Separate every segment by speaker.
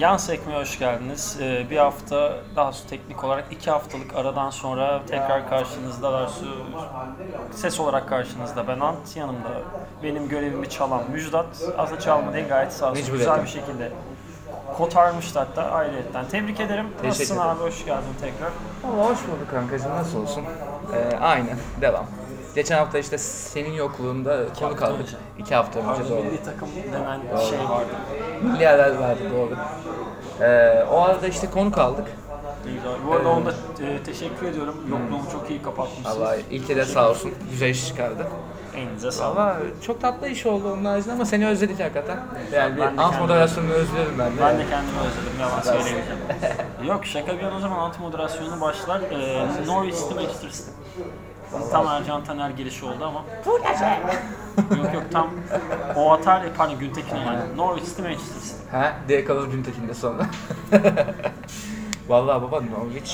Speaker 1: Yan sekmeye hoş geldiniz. Ee, bir hafta, daha doğrusu teknik olarak iki haftalık aradan sonra tekrar karşınızda Darsu. Ses olarak karşınızda ben Ant, yanımda benim görevimi çalan Müjdat. Aslında çalma değil gayet sağ olsun.
Speaker 2: Mecbur
Speaker 1: Güzel
Speaker 2: ettim.
Speaker 1: bir şekilde kotarmıştı hatta ayrıyetten. Tebrik ederim. Nasılsın
Speaker 2: ederim.
Speaker 1: abi? Hoş geldin tekrar.
Speaker 2: Valla hoş bulduk kankacığım nasıl olsun? Ee, aynı devam. Geçen hafta işte senin yokluğunda konu
Speaker 1: hafta
Speaker 2: kaldık.
Speaker 1: önce.
Speaker 2: İki hafta önce
Speaker 1: Arada
Speaker 2: doğru.
Speaker 1: milli takım denen şey vardı.
Speaker 2: Milli haber verdi doğru. Ee, o arada işte konu kaldık.
Speaker 1: Bu arada onda teşekkür ediyorum. Yokluğumu çok iyi kapatmışsınız.
Speaker 2: Valla ilke de sağ olsun güzel iş çıkardı.
Speaker 1: Elinize sağlık.
Speaker 2: Valla çok tatlı iş oldu onun haricinde ama seni özledik hakikaten. Yani bir
Speaker 1: Ben de
Speaker 2: ant
Speaker 1: kendim-
Speaker 2: moderasyonunu özledim ben de.
Speaker 1: Ben de kendimi özledim yalan söyleyemeyeceğim. Yok şaka bir yana o zaman alt moderasyonu başlar. Ee, Norwich'ti Manchester'sı. Tam Ercan Taner girişi oldu ama. Bu gece. Yok yok tam o atar pardon Güntekin'e yani. Norwich'ti Manchester'sı.
Speaker 2: He diye kalır Güntekin de sonra. Valla baba Norwich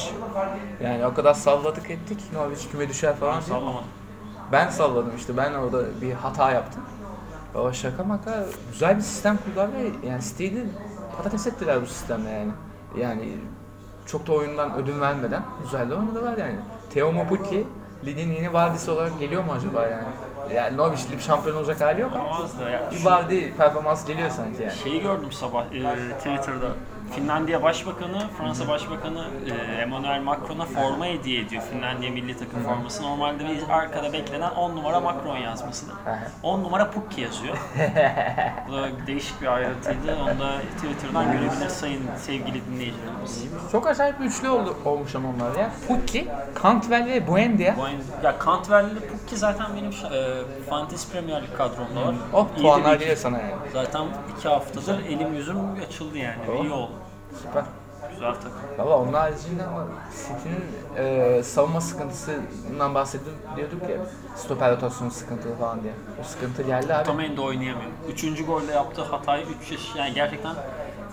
Speaker 2: yani o kadar salladık ettik Norwich küme düşer falan diye.
Speaker 1: Sallamadım.
Speaker 2: Ben salladım işte. Ben orada bir hata yaptım. Baba şaka maka güzel bir sistem kurdular ve yani City'yi patates ettiler bu sistemle yani. Yani çok da oyundan ödün vermeden güzel de oynadılar yani. Theo Mapuki ligin yeni vadisi olarak geliyor mu acaba yani? Yani Norwich Lig şampiyon olacak hali yok ama
Speaker 1: Olmaz da ya.
Speaker 2: bir vardi performans geliyor sanki yani.
Speaker 1: Şeyi gördüm sabah e, Twitter'da. Finlandiya Başbakanı, Fransa Başbakanı e, Emmanuel Macron'a forma hediye ediyor. Finlandiya milli takım forması. Normalde bir arkada beklenen 10 numara Macron yazmasıdır.
Speaker 2: Aha.
Speaker 1: 10 numara Pukki yazıyor. Bu da değişik bir ayrıntıydı. Onu da Twitter'dan görebilir sayın sevgili dinleyicilerimiz.
Speaker 2: Çok acayip bir üçlü oldu, olmuş ama onlar ya. Pukki, Cantwell ve Buendia.
Speaker 1: Bu ayın- Ya Cantwell'li Pukki zaten benim şa- e, Fantasy Premier Lig kadromda var.
Speaker 2: Oh
Speaker 1: İyi de
Speaker 2: puanlar
Speaker 1: bir-
Speaker 2: geliyor sana yani.
Speaker 1: Zaten 2 haftadır elim yüzüm açıldı yani.
Speaker 2: Oh.
Speaker 1: İyi oldu.
Speaker 2: Süper.
Speaker 1: Güzel takım.
Speaker 2: Valla onun haricinde ama City'nin e, savunma sıkıntısından bahsediyorduk ya. Stoper rotasyonu sıkıntılı falan diye. O sıkıntı geldi abi.
Speaker 1: Otamendi de oynayamıyor. Üçüncü golde yaptığı hatayı 3 yaş yani gerçekten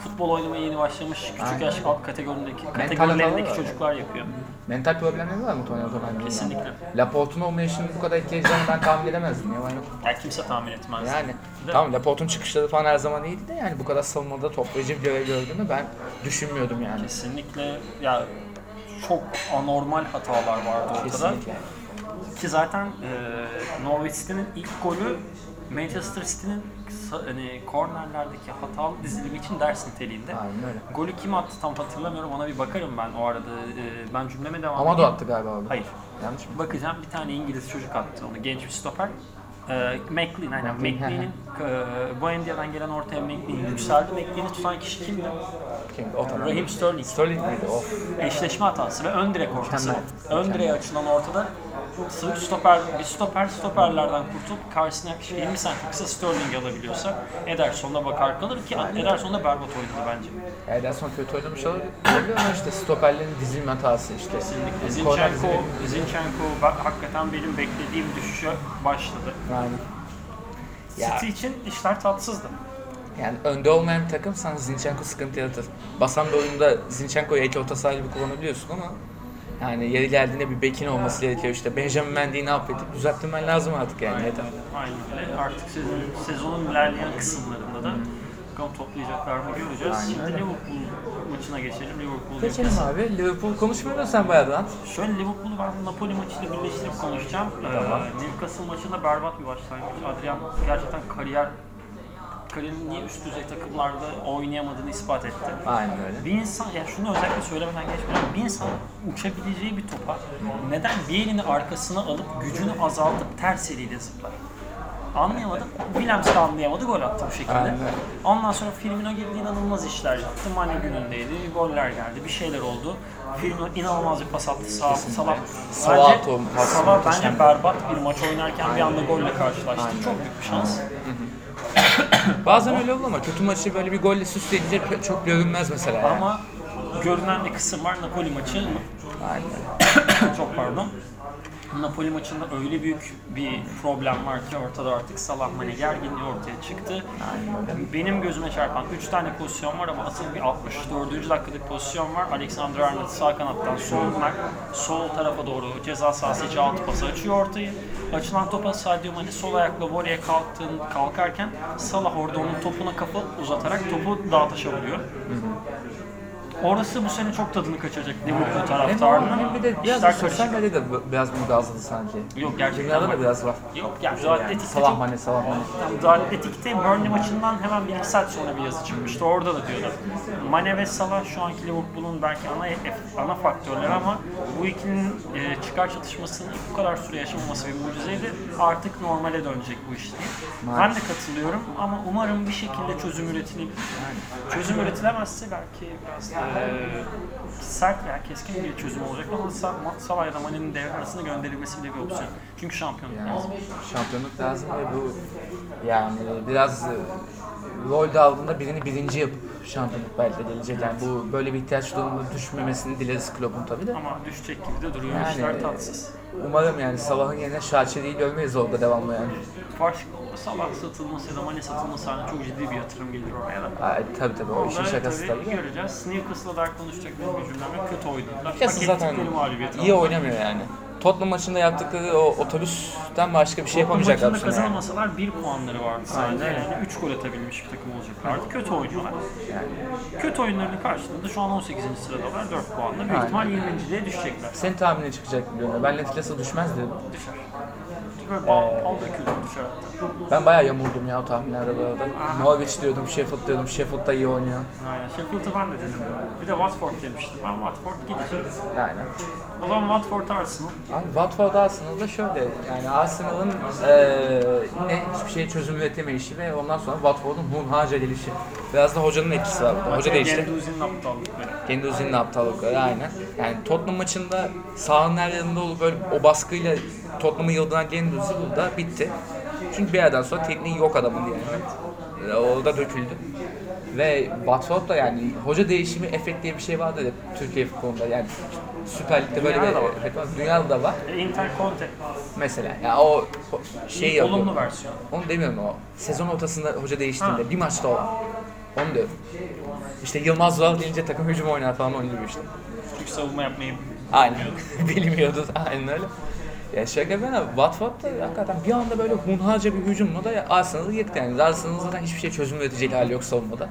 Speaker 1: futbol oynamaya yeni başlamış küçük
Speaker 2: Aynen.
Speaker 1: yaş alt kategorideki
Speaker 2: hatalar
Speaker 1: kategorilerindeki
Speaker 2: var.
Speaker 1: çocuklar yapıyor.
Speaker 2: Mental problemleri var mı Tony Otamendi'nin?
Speaker 1: Kesinlikle.
Speaker 2: Laporte'un olmayışını bu kadar etkileyeceğini ben tahmin edemezdim. Yalan yok.
Speaker 1: Ya kimse tahmin etmez.
Speaker 2: Yani
Speaker 1: Ve-
Speaker 2: tamam Laporte'un çıkışları falan her zaman iyiydi de yani bu kadar savunmada toplayıcı bir görev gördüğünü ben düşünmüyordum yani.
Speaker 1: Kesinlikle ya çok anormal hatalar vardı ortada.
Speaker 2: Kesinlikle.
Speaker 1: Ki zaten e, Norwich City'nin ilk golü Manchester City'nin sa- hani kornerlerdeki hatalı dizilimi için ders niteliğinde.
Speaker 2: Aynen öyle.
Speaker 1: Golü kim attı tam hatırlamıyorum ona bir bakarım ben o arada. E, ben cümleme devam
Speaker 2: Amado
Speaker 1: edeyim.
Speaker 2: attı galiba orada.
Speaker 1: Hayır.
Speaker 2: Yanlış mı?
Speaker 1: Bakacağım bir tane İngiliz çocuk attı onu genç bir stoper. Ee, McLean aynen
Speaker 2: McLean,
Speaker 1: McLean'in e, Boendia'dan gelen ortaya McLean yükseldi. McLean'i tutan kişi kimdi?
Speaker 2: Kim? Otamendi.
Speaker 1: Raheem Sterling.
Speaker 2: Sterling miydi? Of.
Speaker 1: Eşleşme hatası ve ön direk ortası.
Speaker 2: Mükemmel.
Speaker 1: Ön direğe açılan ortada sırf stoper, bir stoper stoperlerden kurtulup karşısına yaklaşık 20 santim kısa Sterling alabiliyorsa Ederson'a bakar kalır ki Ederson da berbat oynadı bence.
Speaker 2: Ederson kötü oynamış olabilir olabilir ama işte stoperlerin dizilme hatası işte.
Speaker 1: Kesinlikle.
Speaker 2: Yani korner
Speaker 1: Zinchenko,
Speaker 2: dizilimi.
Speaker 1: Zinchenko ba- hakikaten benim beklediğim düşüşe başladı.
Speaker 2: Aynen. Ya,
Speaker 1: City için işler tatsızdı.
Speaker 2: yani önde olmayan bir takım sana Zinchenko sıkıntı yaratır. Basan bir oyunda Zinchenko'yu ek orta saha gibi kullanabiliyorsun ama yani yeri geldiğinde bir bekin olması gerekiyor işte. Benjamin Mendy'yi ne affedip düzeltmen lazım artık yani. Yeter.
Speaker 1: Aynen öyle. Artık sezon, sezonun ilerleyen kısımlarında da bakalım toplayacaklar mı göreceğiz.
Speaker 2: Aynen
Speaker 1: Şimdi
Speaker 2: öyle.
Speaker 1: Liverpool maçına geçelim. Liverpool
Speaker 2: Geçelim
Speaker 1: Newcastle.
Speaker 2: abi. Liverpool konuşmuyorsun sen bayağı lan.
Speaker 1: Şöyle Liverpool'u ben Napoli maçıyla birleştirip konuşacağım. Ee, Newcastle maçında berbat bir başlangıç. Adrian gerçekten kariyer kariyerin niye üst düzey takımlarda oynayamadığını ispat etti.
Speaker 2: Aynen öyle.
Speaker 1: Bir insan, ya şunu özellikle söylemeden geçmeden, bir insan uçabileceği bir topa neden bir elini arkasına alıp gücünü azaltıp ters eliyle zıplar? Anlayamadım. Williams de anlayamadı, gol attı bu şekilde.
Speaker 2: Aynen.
Speaker 1: Ondan sonra Firmino girdi inanılmaz işler yaptı. Mane günündeydi, goller geldi, bir şeyler oldu. Firmino inanılmaz bir pas attı sağ, Salah.
Speaker 2: Salah
Speaker 1: Bence-
Speaker 2: atom pası
Speaker 1: Salah bence
Speaker 2: muhteşem.
Speaker 1: berbat bir maç oynarken bir anda golle karşılaştı. Çok büyük bir şans.
Speaker 2: Bazen öyle olur ama kötü maçı böyle bir golle süsleyince çok görünmez mesela. Yani.
Speaker 1: Ama görünen bir kısım var Napoli maçı.
Speaker 2: Aynen.
Speaker 1: çok pardon. Napoli maçında öyle büyük bir problem var ki ortada artık Salah Mane gerginliği ortaya çıktı. Benim gözüme çarpan 3 tane pozisyon var ama asıl bir 64. dakikadaki pozisyon var. Alexander Arnold sağ kanattan soluna, sol tarafa doğru ceza sahası içi altı pası açıyor ortayı. Açılan topa Sadio Mane sol ayakla voleye kalktığın, kalkarken Salah orada onun topuna kafa uzatarak topu dağ taşa vuruyor. Orası bu sene çok tadını kaçacak Liverpool
Speaker 2: Hem o
Speaker 1: taraftarının.
Speaker 2: hem bir de biraz da
Speaker 1: İşler
Speaker 2: sosyal
Speaker 1: karışık.
Speaker 2: medyada bi- biraz bunu gazladı sanki.
Speaker 1: Yok, gerçekten
Speaker 2: Dünyada da
Speaker 1: bak.
Speaker 2: biraz var.
Speaker 1: Yok yani Zürat
Speaker 2: Yani
Speaker 1: Atletik'te
Speaker 2: Salah hani.
Speaker 1: çok-
Speaker 2: Mane, Salah Mane.
Speaker 1: Yani The Athletic'te Burnley maçından hemen bir iki saat sonra bir yazı çıkmıştı. Orada da diyordu. Mane ve Salah şu anki Liverpool'un belki ana e- ana faktörleri ama bu ikilinin e, çıkar çatışmasının bu kadar süre yaşamaması bir mucizeydi. Artık normale dönecek bu iş diye. Ben de katılıyorum ama umarım bir şekilde çözüm üretilebilir. Çözüm üretilemezse belki biraz e, sert veya keskin bir çözüm olacak ama Sa- Salah ya da Mane'nin devre arasında gönderilmesi bile bir opsiyon. Çünkü şampiyonluk
Speaker 2: Yani
Speaker 1: lazım.
Speaker 2: şampiyonluk lazım ve bu yani biraz e, rol dağılığında birini birinci yapıp şampiyonluk belki de gelecek. Yani bu böyle bir ihtiyaç durumunda düşmemesini dileriz Klopp'un tabii de.
Speaker 1: Ama düşecek gibi de duruyor.
Speaker 2: Yani-
Speaker 1: İşler tatsız.
Speaker 2: Umarım yani Salah'ın yerine Şaçeri'yi görmeyiz orada devamlı yani.
Speaker 1: Fark Salah satılması ya da Mane satılması halinde çok ciddi bir yatırım gelir oraya da.
Speaker 2: Ha, e, tabii tabii o işin
Speaker 1: Onları
Speaker 2: şakası tabii. de.
Speaker 1: göreceğiz. Sneakers'la da konuşacaklarım bir cümleme kötü oynadılar.
Speaker 2: Piyasa zaten
Speaker 1: ettikleri mağlubiyet
Speaker 2: iyi
Speaker 1: aldı.
Speaker 2: oynamıyor yani. Tottenham maçında yaptıkları o otobüsten başka bir şey
Speaker 1: Bu
Speaker 2: yapamayacaklar
Speaker 1: maçında
Speaker 2: bu sene. yani.
Speaker 1: kazanamasalar bir puanları vardı sadece.
Speaker 2: Aynen.
Speaker 1: Yani 3 gol atabilmiş bir takım olacaklardı. Kötü oynuyorlar. Kötü oyunlarını karşılığında şu an 18. sıradalar 4 puanla. Büyük
Speaker 2: Aynen.
Speaker 1: ihtimal 20.liğe düşecekler.
Speaker 2: Senin tahminin çıkacak biliyorum. Ben Netflix'e düşmez dedim.
Speaker 1: Düşer. Böyle bal, bal dökülür düşer hatta.
Speaker 2: Ben bayağı yamurdum ya o tahminlerde bu arada. Norwich diyordum, Sheffield diyordum. Sheffield da iyi oynuyor.
Speaker 1: Aynen. Sheffield'ı ben de dedim. Bir de Watford demiştim. Ben Watford gidecek.
Speaker 2: Yani.
Speaker 1: O zaman Watford Arsenal.
Speaker 2: Abi Watford Arsenal'da şöyle yani Arsenal'ın eee yine hiçbir şey çözüm üretemeyişi ve ondan sonra Watford'un hunharca gelişi. Biraz da hocanın etkisi var burada. Hoca değişti.
Speaker 1: Genduzi'nin aptallıkları.
Speaker 2: Genduzi'nin aptallıkları aynen. Yani Tottenham maçında sahanın her yanında olup böyle o baskıyla Tottenham'ı yıldıran Genduzi burada bitti. Çünkü bir yerden sonra tekniği yok adamın yani. Ee, Orada döküldü. Ve Watford da yani hoca değişimi efekt diye bir şey vardı ya Türkiye futbolunda yani Süper Lig'de böyle
Speaker 1: Dünyada
Speaker 2: bir
Speaker 1: da var.
Speaker 2: efekt var. Dünyada da var
Speaker 1: E, Inter Conte.
Speaker 2: mesela. Ya o ho- şey yapıyor.
Speaker 1: Olumlu versiyon.
Speaker 2: Onu demiyorum o. Sezon ortasında hoca değiştiğinde
Speaker 1: Ha.
Speaker 2: bir maçta olan. Onu diyorum. İşte Yılmaz Zuhal deyince takım hücum oynar falan onun gibi işte.
Speaker 1: Çünkü savunma yapmayı
Speaker 2: Aynen. Bilmiyordu. Aynen öyle. Ya şaka ben abi Watford da hakikaten bir anda böyle hunharca bir hücumla da Arsenal'ı yıktı yani. Arsenal'ın zaten hiçbir şey çözüm üretecek hali yok savunmada.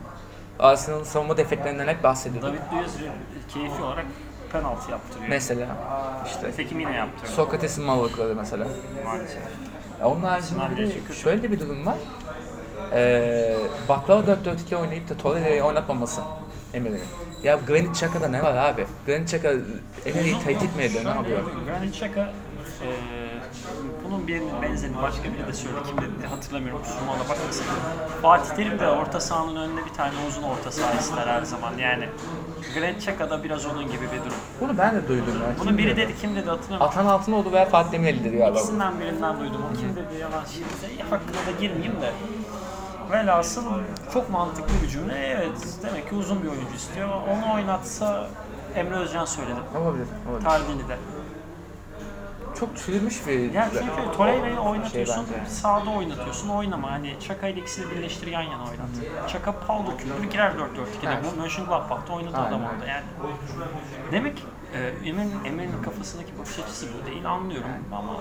Speaker 2: Arsenal'ın savunma defeklerinden hep bahsediyordu.
Speaker 1: David Luiz keyfi olarak penaltı yaptırıyor.
Speaker 2: Mesela işte
Speaker 1: Nitekim yine yaptırdı
Speaker 2: Sokrates'in mavlıkları mesela.
Speaker 1: maalesef.
Speaker 2: Ya onun haricinde
Speaker 1: Sinan
Speaker 2: bir de
Speaker 1: Bey.
Speaker 2: şöyle de bir durum var. Ee, baklava 4-4-2 oynayıp da Torreira'yı oynatmaması Emery'nin. Ya Granit Xhaka'da ne var abi? Granit Xhaka Emery'i tehdit mi ediyor, ne yapıyor?
Speaker 1: Granit Xhaka e, bunun bir benzerini başka biri de söyledi. Kim dedi hatırlamıyorum. Kusuruma ona bakmasın. Fatih Terim de orta sahanın önüne bir tane uzun orta saha ister her zaman. Yani Granit Xhaka da biraz onun gibi bir durum.
Speaker 2: Bunu ben de duydum ya.
Speaker 1: Bunu
Speaker 2: Kim
Speaker 1: biri
Speaker 2: diyordu?
Speaker 1: dedi kim dedi hatırlamıyorum.
Speaker 2: Atan Altınoğlu veya Fatih Demirel'dir galiba.
Speaker 1: İkisinden birinden duydum. O kim dedi yalan şimdi de hakkına da girmeyeyim de. Velhasıl çok mantıklı bir cümle. Evet demek ki uzun bir oyuncu istiyor. Onu oynatsa Emre Özcan söyledi.
Speaker 2: Olabilir, olabilir.
Speaker 1: Tardini de.
Speaker 2: Çok çürümüş bir... Şey
Speaker 1: Yani çünkü Torreira'yı oynatıyorsun,
Speaker 2: bence.
Speaker 1: sağda oynatıyorsun, oynama. Hani Çaka ile ikisini birleştir yan yana oynat. Çaka Paulo küldür girer 4-4-2'de.
Speaker 2: Evet.
Speaker 1: Bu Mönchengladbach'ta oynadı
Speaker 2: Aynen.
Speaker 1: adam orada yani. Demek e, Emin, Emin'in kafasındaki bakış açısı bu değil anlıyorum ama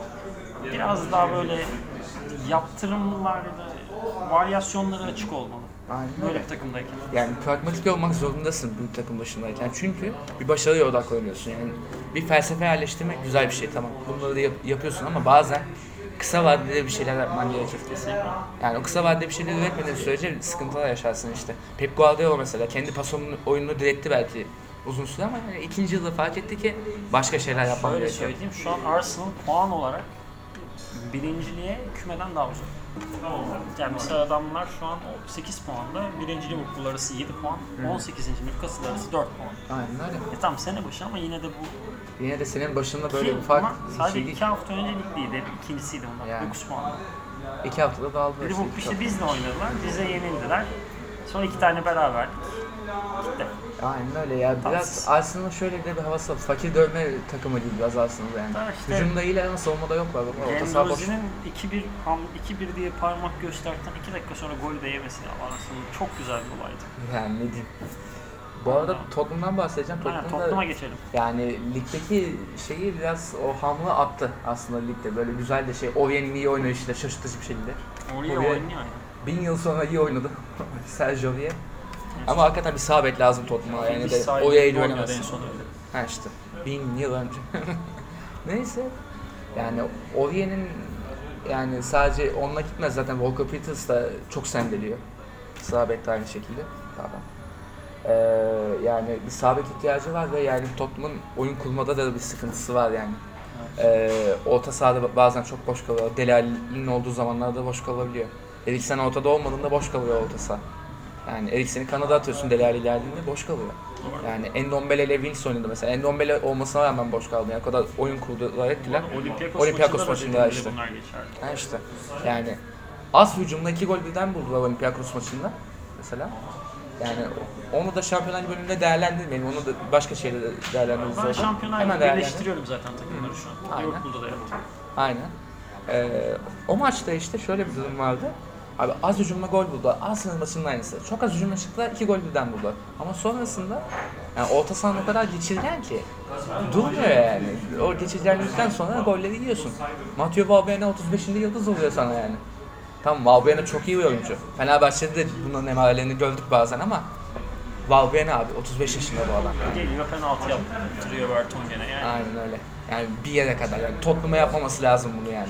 Speaker 1: biraz daha böyle yaptırımlarda varyasyonlara açık olmalı.
Speaker 2: Aynen
Speaker 1: Böyle bir takımdayken.
Speaker 2: Yani pragmatik olmak zorundasın büyük takım başındayken. Çünkü bir başarıya odaklanıyorsun. Yani bir felsefe yerleştirmek güzel bir şey tamam. Bunları da yap- yapıyorsun ama bazen kısa vadede bir şeyler yapman gerekir. Yani o kısa vadede bir şeyler üretmediğin sürece sıkıntılar yaşarsın işte. Pep Guardiola mesela kendi pas oyununu- oyununu diretti belki uzun süre ama yani ikinci yılda fark etti ki başka şeyler yapman
Speaker 1: Böyle
Speaker 2: gerekiyor.
Speaker 1: söyleyeyim şu an Arsenal puan olarak birinciliğe kümeden daha uzak. Yani mesela adamlar şu an 8 puanda, birinci Liverpool arası 7 puan, 18. Newcastle arası 4 puan.
Speaker 2: Aynen öyle.
Speaker 1: E tam sene başı ama yine de bu
Speaker 2: Yine de senin başında
Speaker 1: Ki
Speaker 2: böyle bir fark
Speaker 1: ama sadece
Speaker 2: şey
Speaker 1: 2
Speaker 2: değil.
Speaker 1: hafta önce ligliydi, ikincisiydi bunlar,
Speaker 2: Yani.
Speaker 1: 9 puan.
Speaker 2: İki haftada dağıldı. işte.
Speaker 1: Liverpool işte bizle oynadılar, bize yenildiler. Sonra iki tane beraberlik. Gitti.
Speaker 2: Aynen öyle ya. Biraz
Speaker 1: Tatsız.
Speaker 2: Arsenal'ın şöyle de bir havası var. Fakir dövme takımı gibi biraz Arsenal yani.
Speaker 1: Ha işte.
Speaker 2: Hücumda iyiler ama savunmada yoklar. Baba, orta saha boş.
Speaker 1: Gendouzi'nin 2-1 ham- 2-1 diye parmak gösterdikten 2 dakika sonra golü de yemesi Arsenal'ın çok güzel bir olaydı.
Speaker 2: Yani ne diyeyim. Bu arada Tottenham'dan bahsedeceğim.
Speaker 1: Aynen
Speaker 2: Tottenham'da
Speaker 1: Tottenham'a geçelim.
Speaker 2: yani ligdeki şeyi biraz o hamle attı aslında ligde. Böyle güzel de şey. Oyen iyi oynayışıyla şaşırtıcı bir şekilde.
Speaker 1: Oraya
Speaker 2: Oraya-
Speaker 1: oynuyor. yani.
Speaker 2: Bin yıl sonra iyi oynadı Sergio Vie. Ama hakikaten bir sağ bek lazım Tottenham'a. Yani de o yayını oynamaz. Ha işte. Bin yıl önce. Neyse. Yani Oriye'nin yani sadece onunla gitmez zaten Walker Peters da çok sendeliyor. Sağ bek de aynı şekilde. Pardon. Ee, yani bir sağ bek ihtiyacı var ve yani Tottenham'ın oyun kurmada da bir sıkıntısı var yani. Ee, orta sahada bazen çok boş kalıyor. Delali'nin olduğu zamanlarda boş kalabiliyor. Eriksen ortada olmadığında boş kalıyor orta saha. Yani Eriksen'i kanada atıyorsun Delali geldiğinde boş kalıyor. Yani Endombele ile Wings oynadı mesela. Endombele olmasına rağmen boş kaldı. Yani o kadar oyun kurdular ettiler.
Speaker 1: Olympiakos,
Speaker 2: Olympiakos
Speaker 1: maçında
Speaker 2: maçında
Speaker 1: da
Speaker 2: işte.
Speaker 1: işte. bunlar geçerli.
Speaker 2: Ha işte. Yani az hücumda iki gol birden buldular Olympiakos maçında mesela. Yani onu da Şampiyonlar bölümünde değerlendirmeyelim. Onu da başka şeyle de değerlendiririz.
Speaker 1: Ben
Speaker 2: orada.
Speaker 1: şampiyonayla
Speaker 2: Hemen değerlendir.
Speaker 1: birleştiriyorum zaten takımları şu an.
Speaker 2: Aynen.
Speaker 1: Liverpool'da da yaptım.
Speaker 2: Aynen. Ee, o maçta işte şöyle bir durum vardı. Abi az hücumla gol buldu. Arsenal maçının aynısı. Çok az hücumla çıktılar. iki gol birden buldu. Ama sonrasında yani orta sahanın o kadar geçirilen ki durmuyor yani. O geçirilenlikten sonra golleri yiyorsun. Mathieu Valbuena 35. yıldız oluyor sana yani. Tamam Valbuena çok iyi bir oyuncu. Fenerbahçe'de de bunların emarelerini gördük bazen ama Valbuena abi 35 yaşında bu adam.
Speaker 1: Geliyor penaltı yaptırıyor Berton gene yani.
Speaker 2: Aynen öyle. Yani bir yere kadar. Yani Tottenham'a yapmaması lazım bunu yani.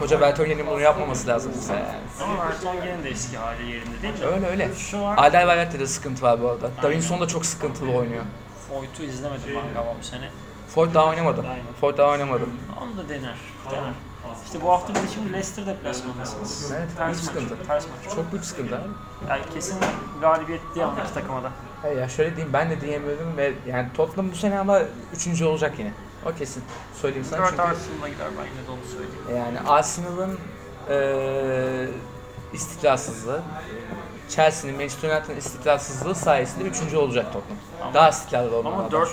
Speaker 2: Koca Bertongen'in bunu yapmaması lazım bize yani.
Speaker 1: Ama Berton gene de eski hali yerinde değil de.
Speaker 2: Öyle öyle.
Speaker 1: Şu an
Speaker 2: Adel Bayrat'ta da sıkıntı var bu arada. Davinson da çok sıkıntılı oynuyor.
Speaker 1: Foyt'u izlemedim ben galiba bu sene.
Speaker 2: Ford daha oynamadı. Ford daha oynamadı.
Speaker 1: Onu da dener. Dener. İşte bu hafta bir de şimdi Leicester deplasmanındasınız.
Speaker 2: Evet, büyük
Speaker 1: ters maç.
Speaker 2: sıkıntı.
Speaker 1: Ters maç.
Speaker 2: Çok büyük sıkıntı abi.
Speaker 1: Yani kesin galibiyet diye iki takıma da.
Speaker 2: He ya şöyle diyeyim ben de diyemiyorum ve yani Tottenham bu sene ama üçüncü olacak yine. O kesin. Söyleyeyim sana
Speaker 1: Dört
Speaker 2: çünkü
Speaker 1: arasında gider ben yine de onu söyleyeyim.
Speaker 2: yani Arsenal'ın eee istikrarsızlığı, Chelsea'nin Manchester United'ın istikrarsızlığı sayesinde üçüncü olacak Tottenham.
Speaker 1: Ama-
Speaker 2: Daha istikrarlı olmalı.
Speaker 1: Ama dört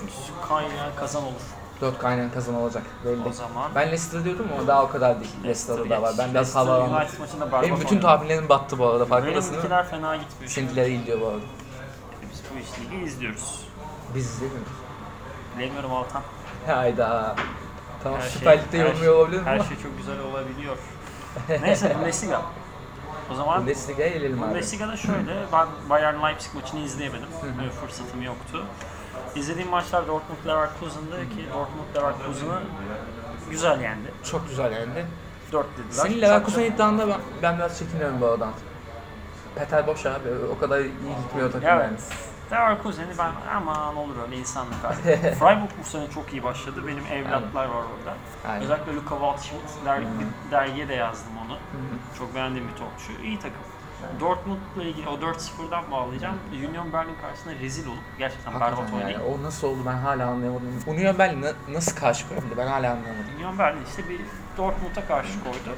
Speaker 1: kaynağı kazan olur
Speaker 2: 4 kaynayan kazanılacak
Speaker 1: o
Speaker 2: belli.
Speaker 1: zaman.
Speaker 2: Ben Leicester diyordum ama daha o kadar değil. Leicester'da da var. Ben biraz hava aldım.
Speaker 1: United maçında berbat
Speaker 2: Benim bütün
Speaker 1: oynadı.
Speaker 2: tahminlerim battı bu arada farkındasın değil mi?
Speaker 1: Benimkiler fena gitmiyor.
Speaker 2: Seninkiler iyi gidiyor bu arada.
Speaker 1: Biz bu işliği izliyoruz.
Speaker 2: Biz değil mi?
Speaker 1: Bilemiyorum Altan.
Speaker 2: Hayda. Tamam
Speaker 1: Her
Speaker 2: Süper
Speaker 1: şey-
Speaker 2: Lig'de
Speaker 1: her
Speaker 2: yorumluyor
Speaker 1: şey-
Speaker 2: olabilir mi?
Speaker 1: Her şey çok güzel olabiliyor. Neyse Bundesliga. O zaman
Speaker 2: Bundesliga'ya gelelim abi.
Speaker 1: Bundesliga'da şöyle, ben Bayern Leipzig maçını izleyemedim. Böyle fırsatım yoktu. İzlediğim maçlar Dortmund Leverkusen'da ki Dortmund Leverkusen'ı güzel yendi.
Speaker 2: Çok güzel yani.
Speaker 1: 4 dediler.
Speaker 2: Senin Leverkusen iddianda ben, ben biraz çekiniyorum bu aradan. Peter boş abi. O kadar iyi gitmiyor takım
Speaker 1: Evet.
Speaker 2: yani.
Speaker 1: Leverkusen'i ben aman olur öyle insanlık hali. Freiburg bu sene çok iyi başladı. Benim evlatlar var orada.
Speaker 2: Aynen. Hmm.
Speaker 1: Özellikle Luka Waldschmidt der, bir dergiye de yazdım onu. Çok beğendiğim bir topçu. İyi takım. Dortmund'la ilgili o 4-0'dan bağlayacağım. Union Berlin karşısında rezil olup gerçekten berbat
Speaker 2: Hakikaten
Speaker 1: oynayıp
Speaker 2: yani. O nasıl oldu ben hala anlayamadım. Union Berlin na- nasıl karşı koyabildi ben hala anlayamadım.
Speaker 1: Union Berlin işte bir Dortmund'a karşı koydu.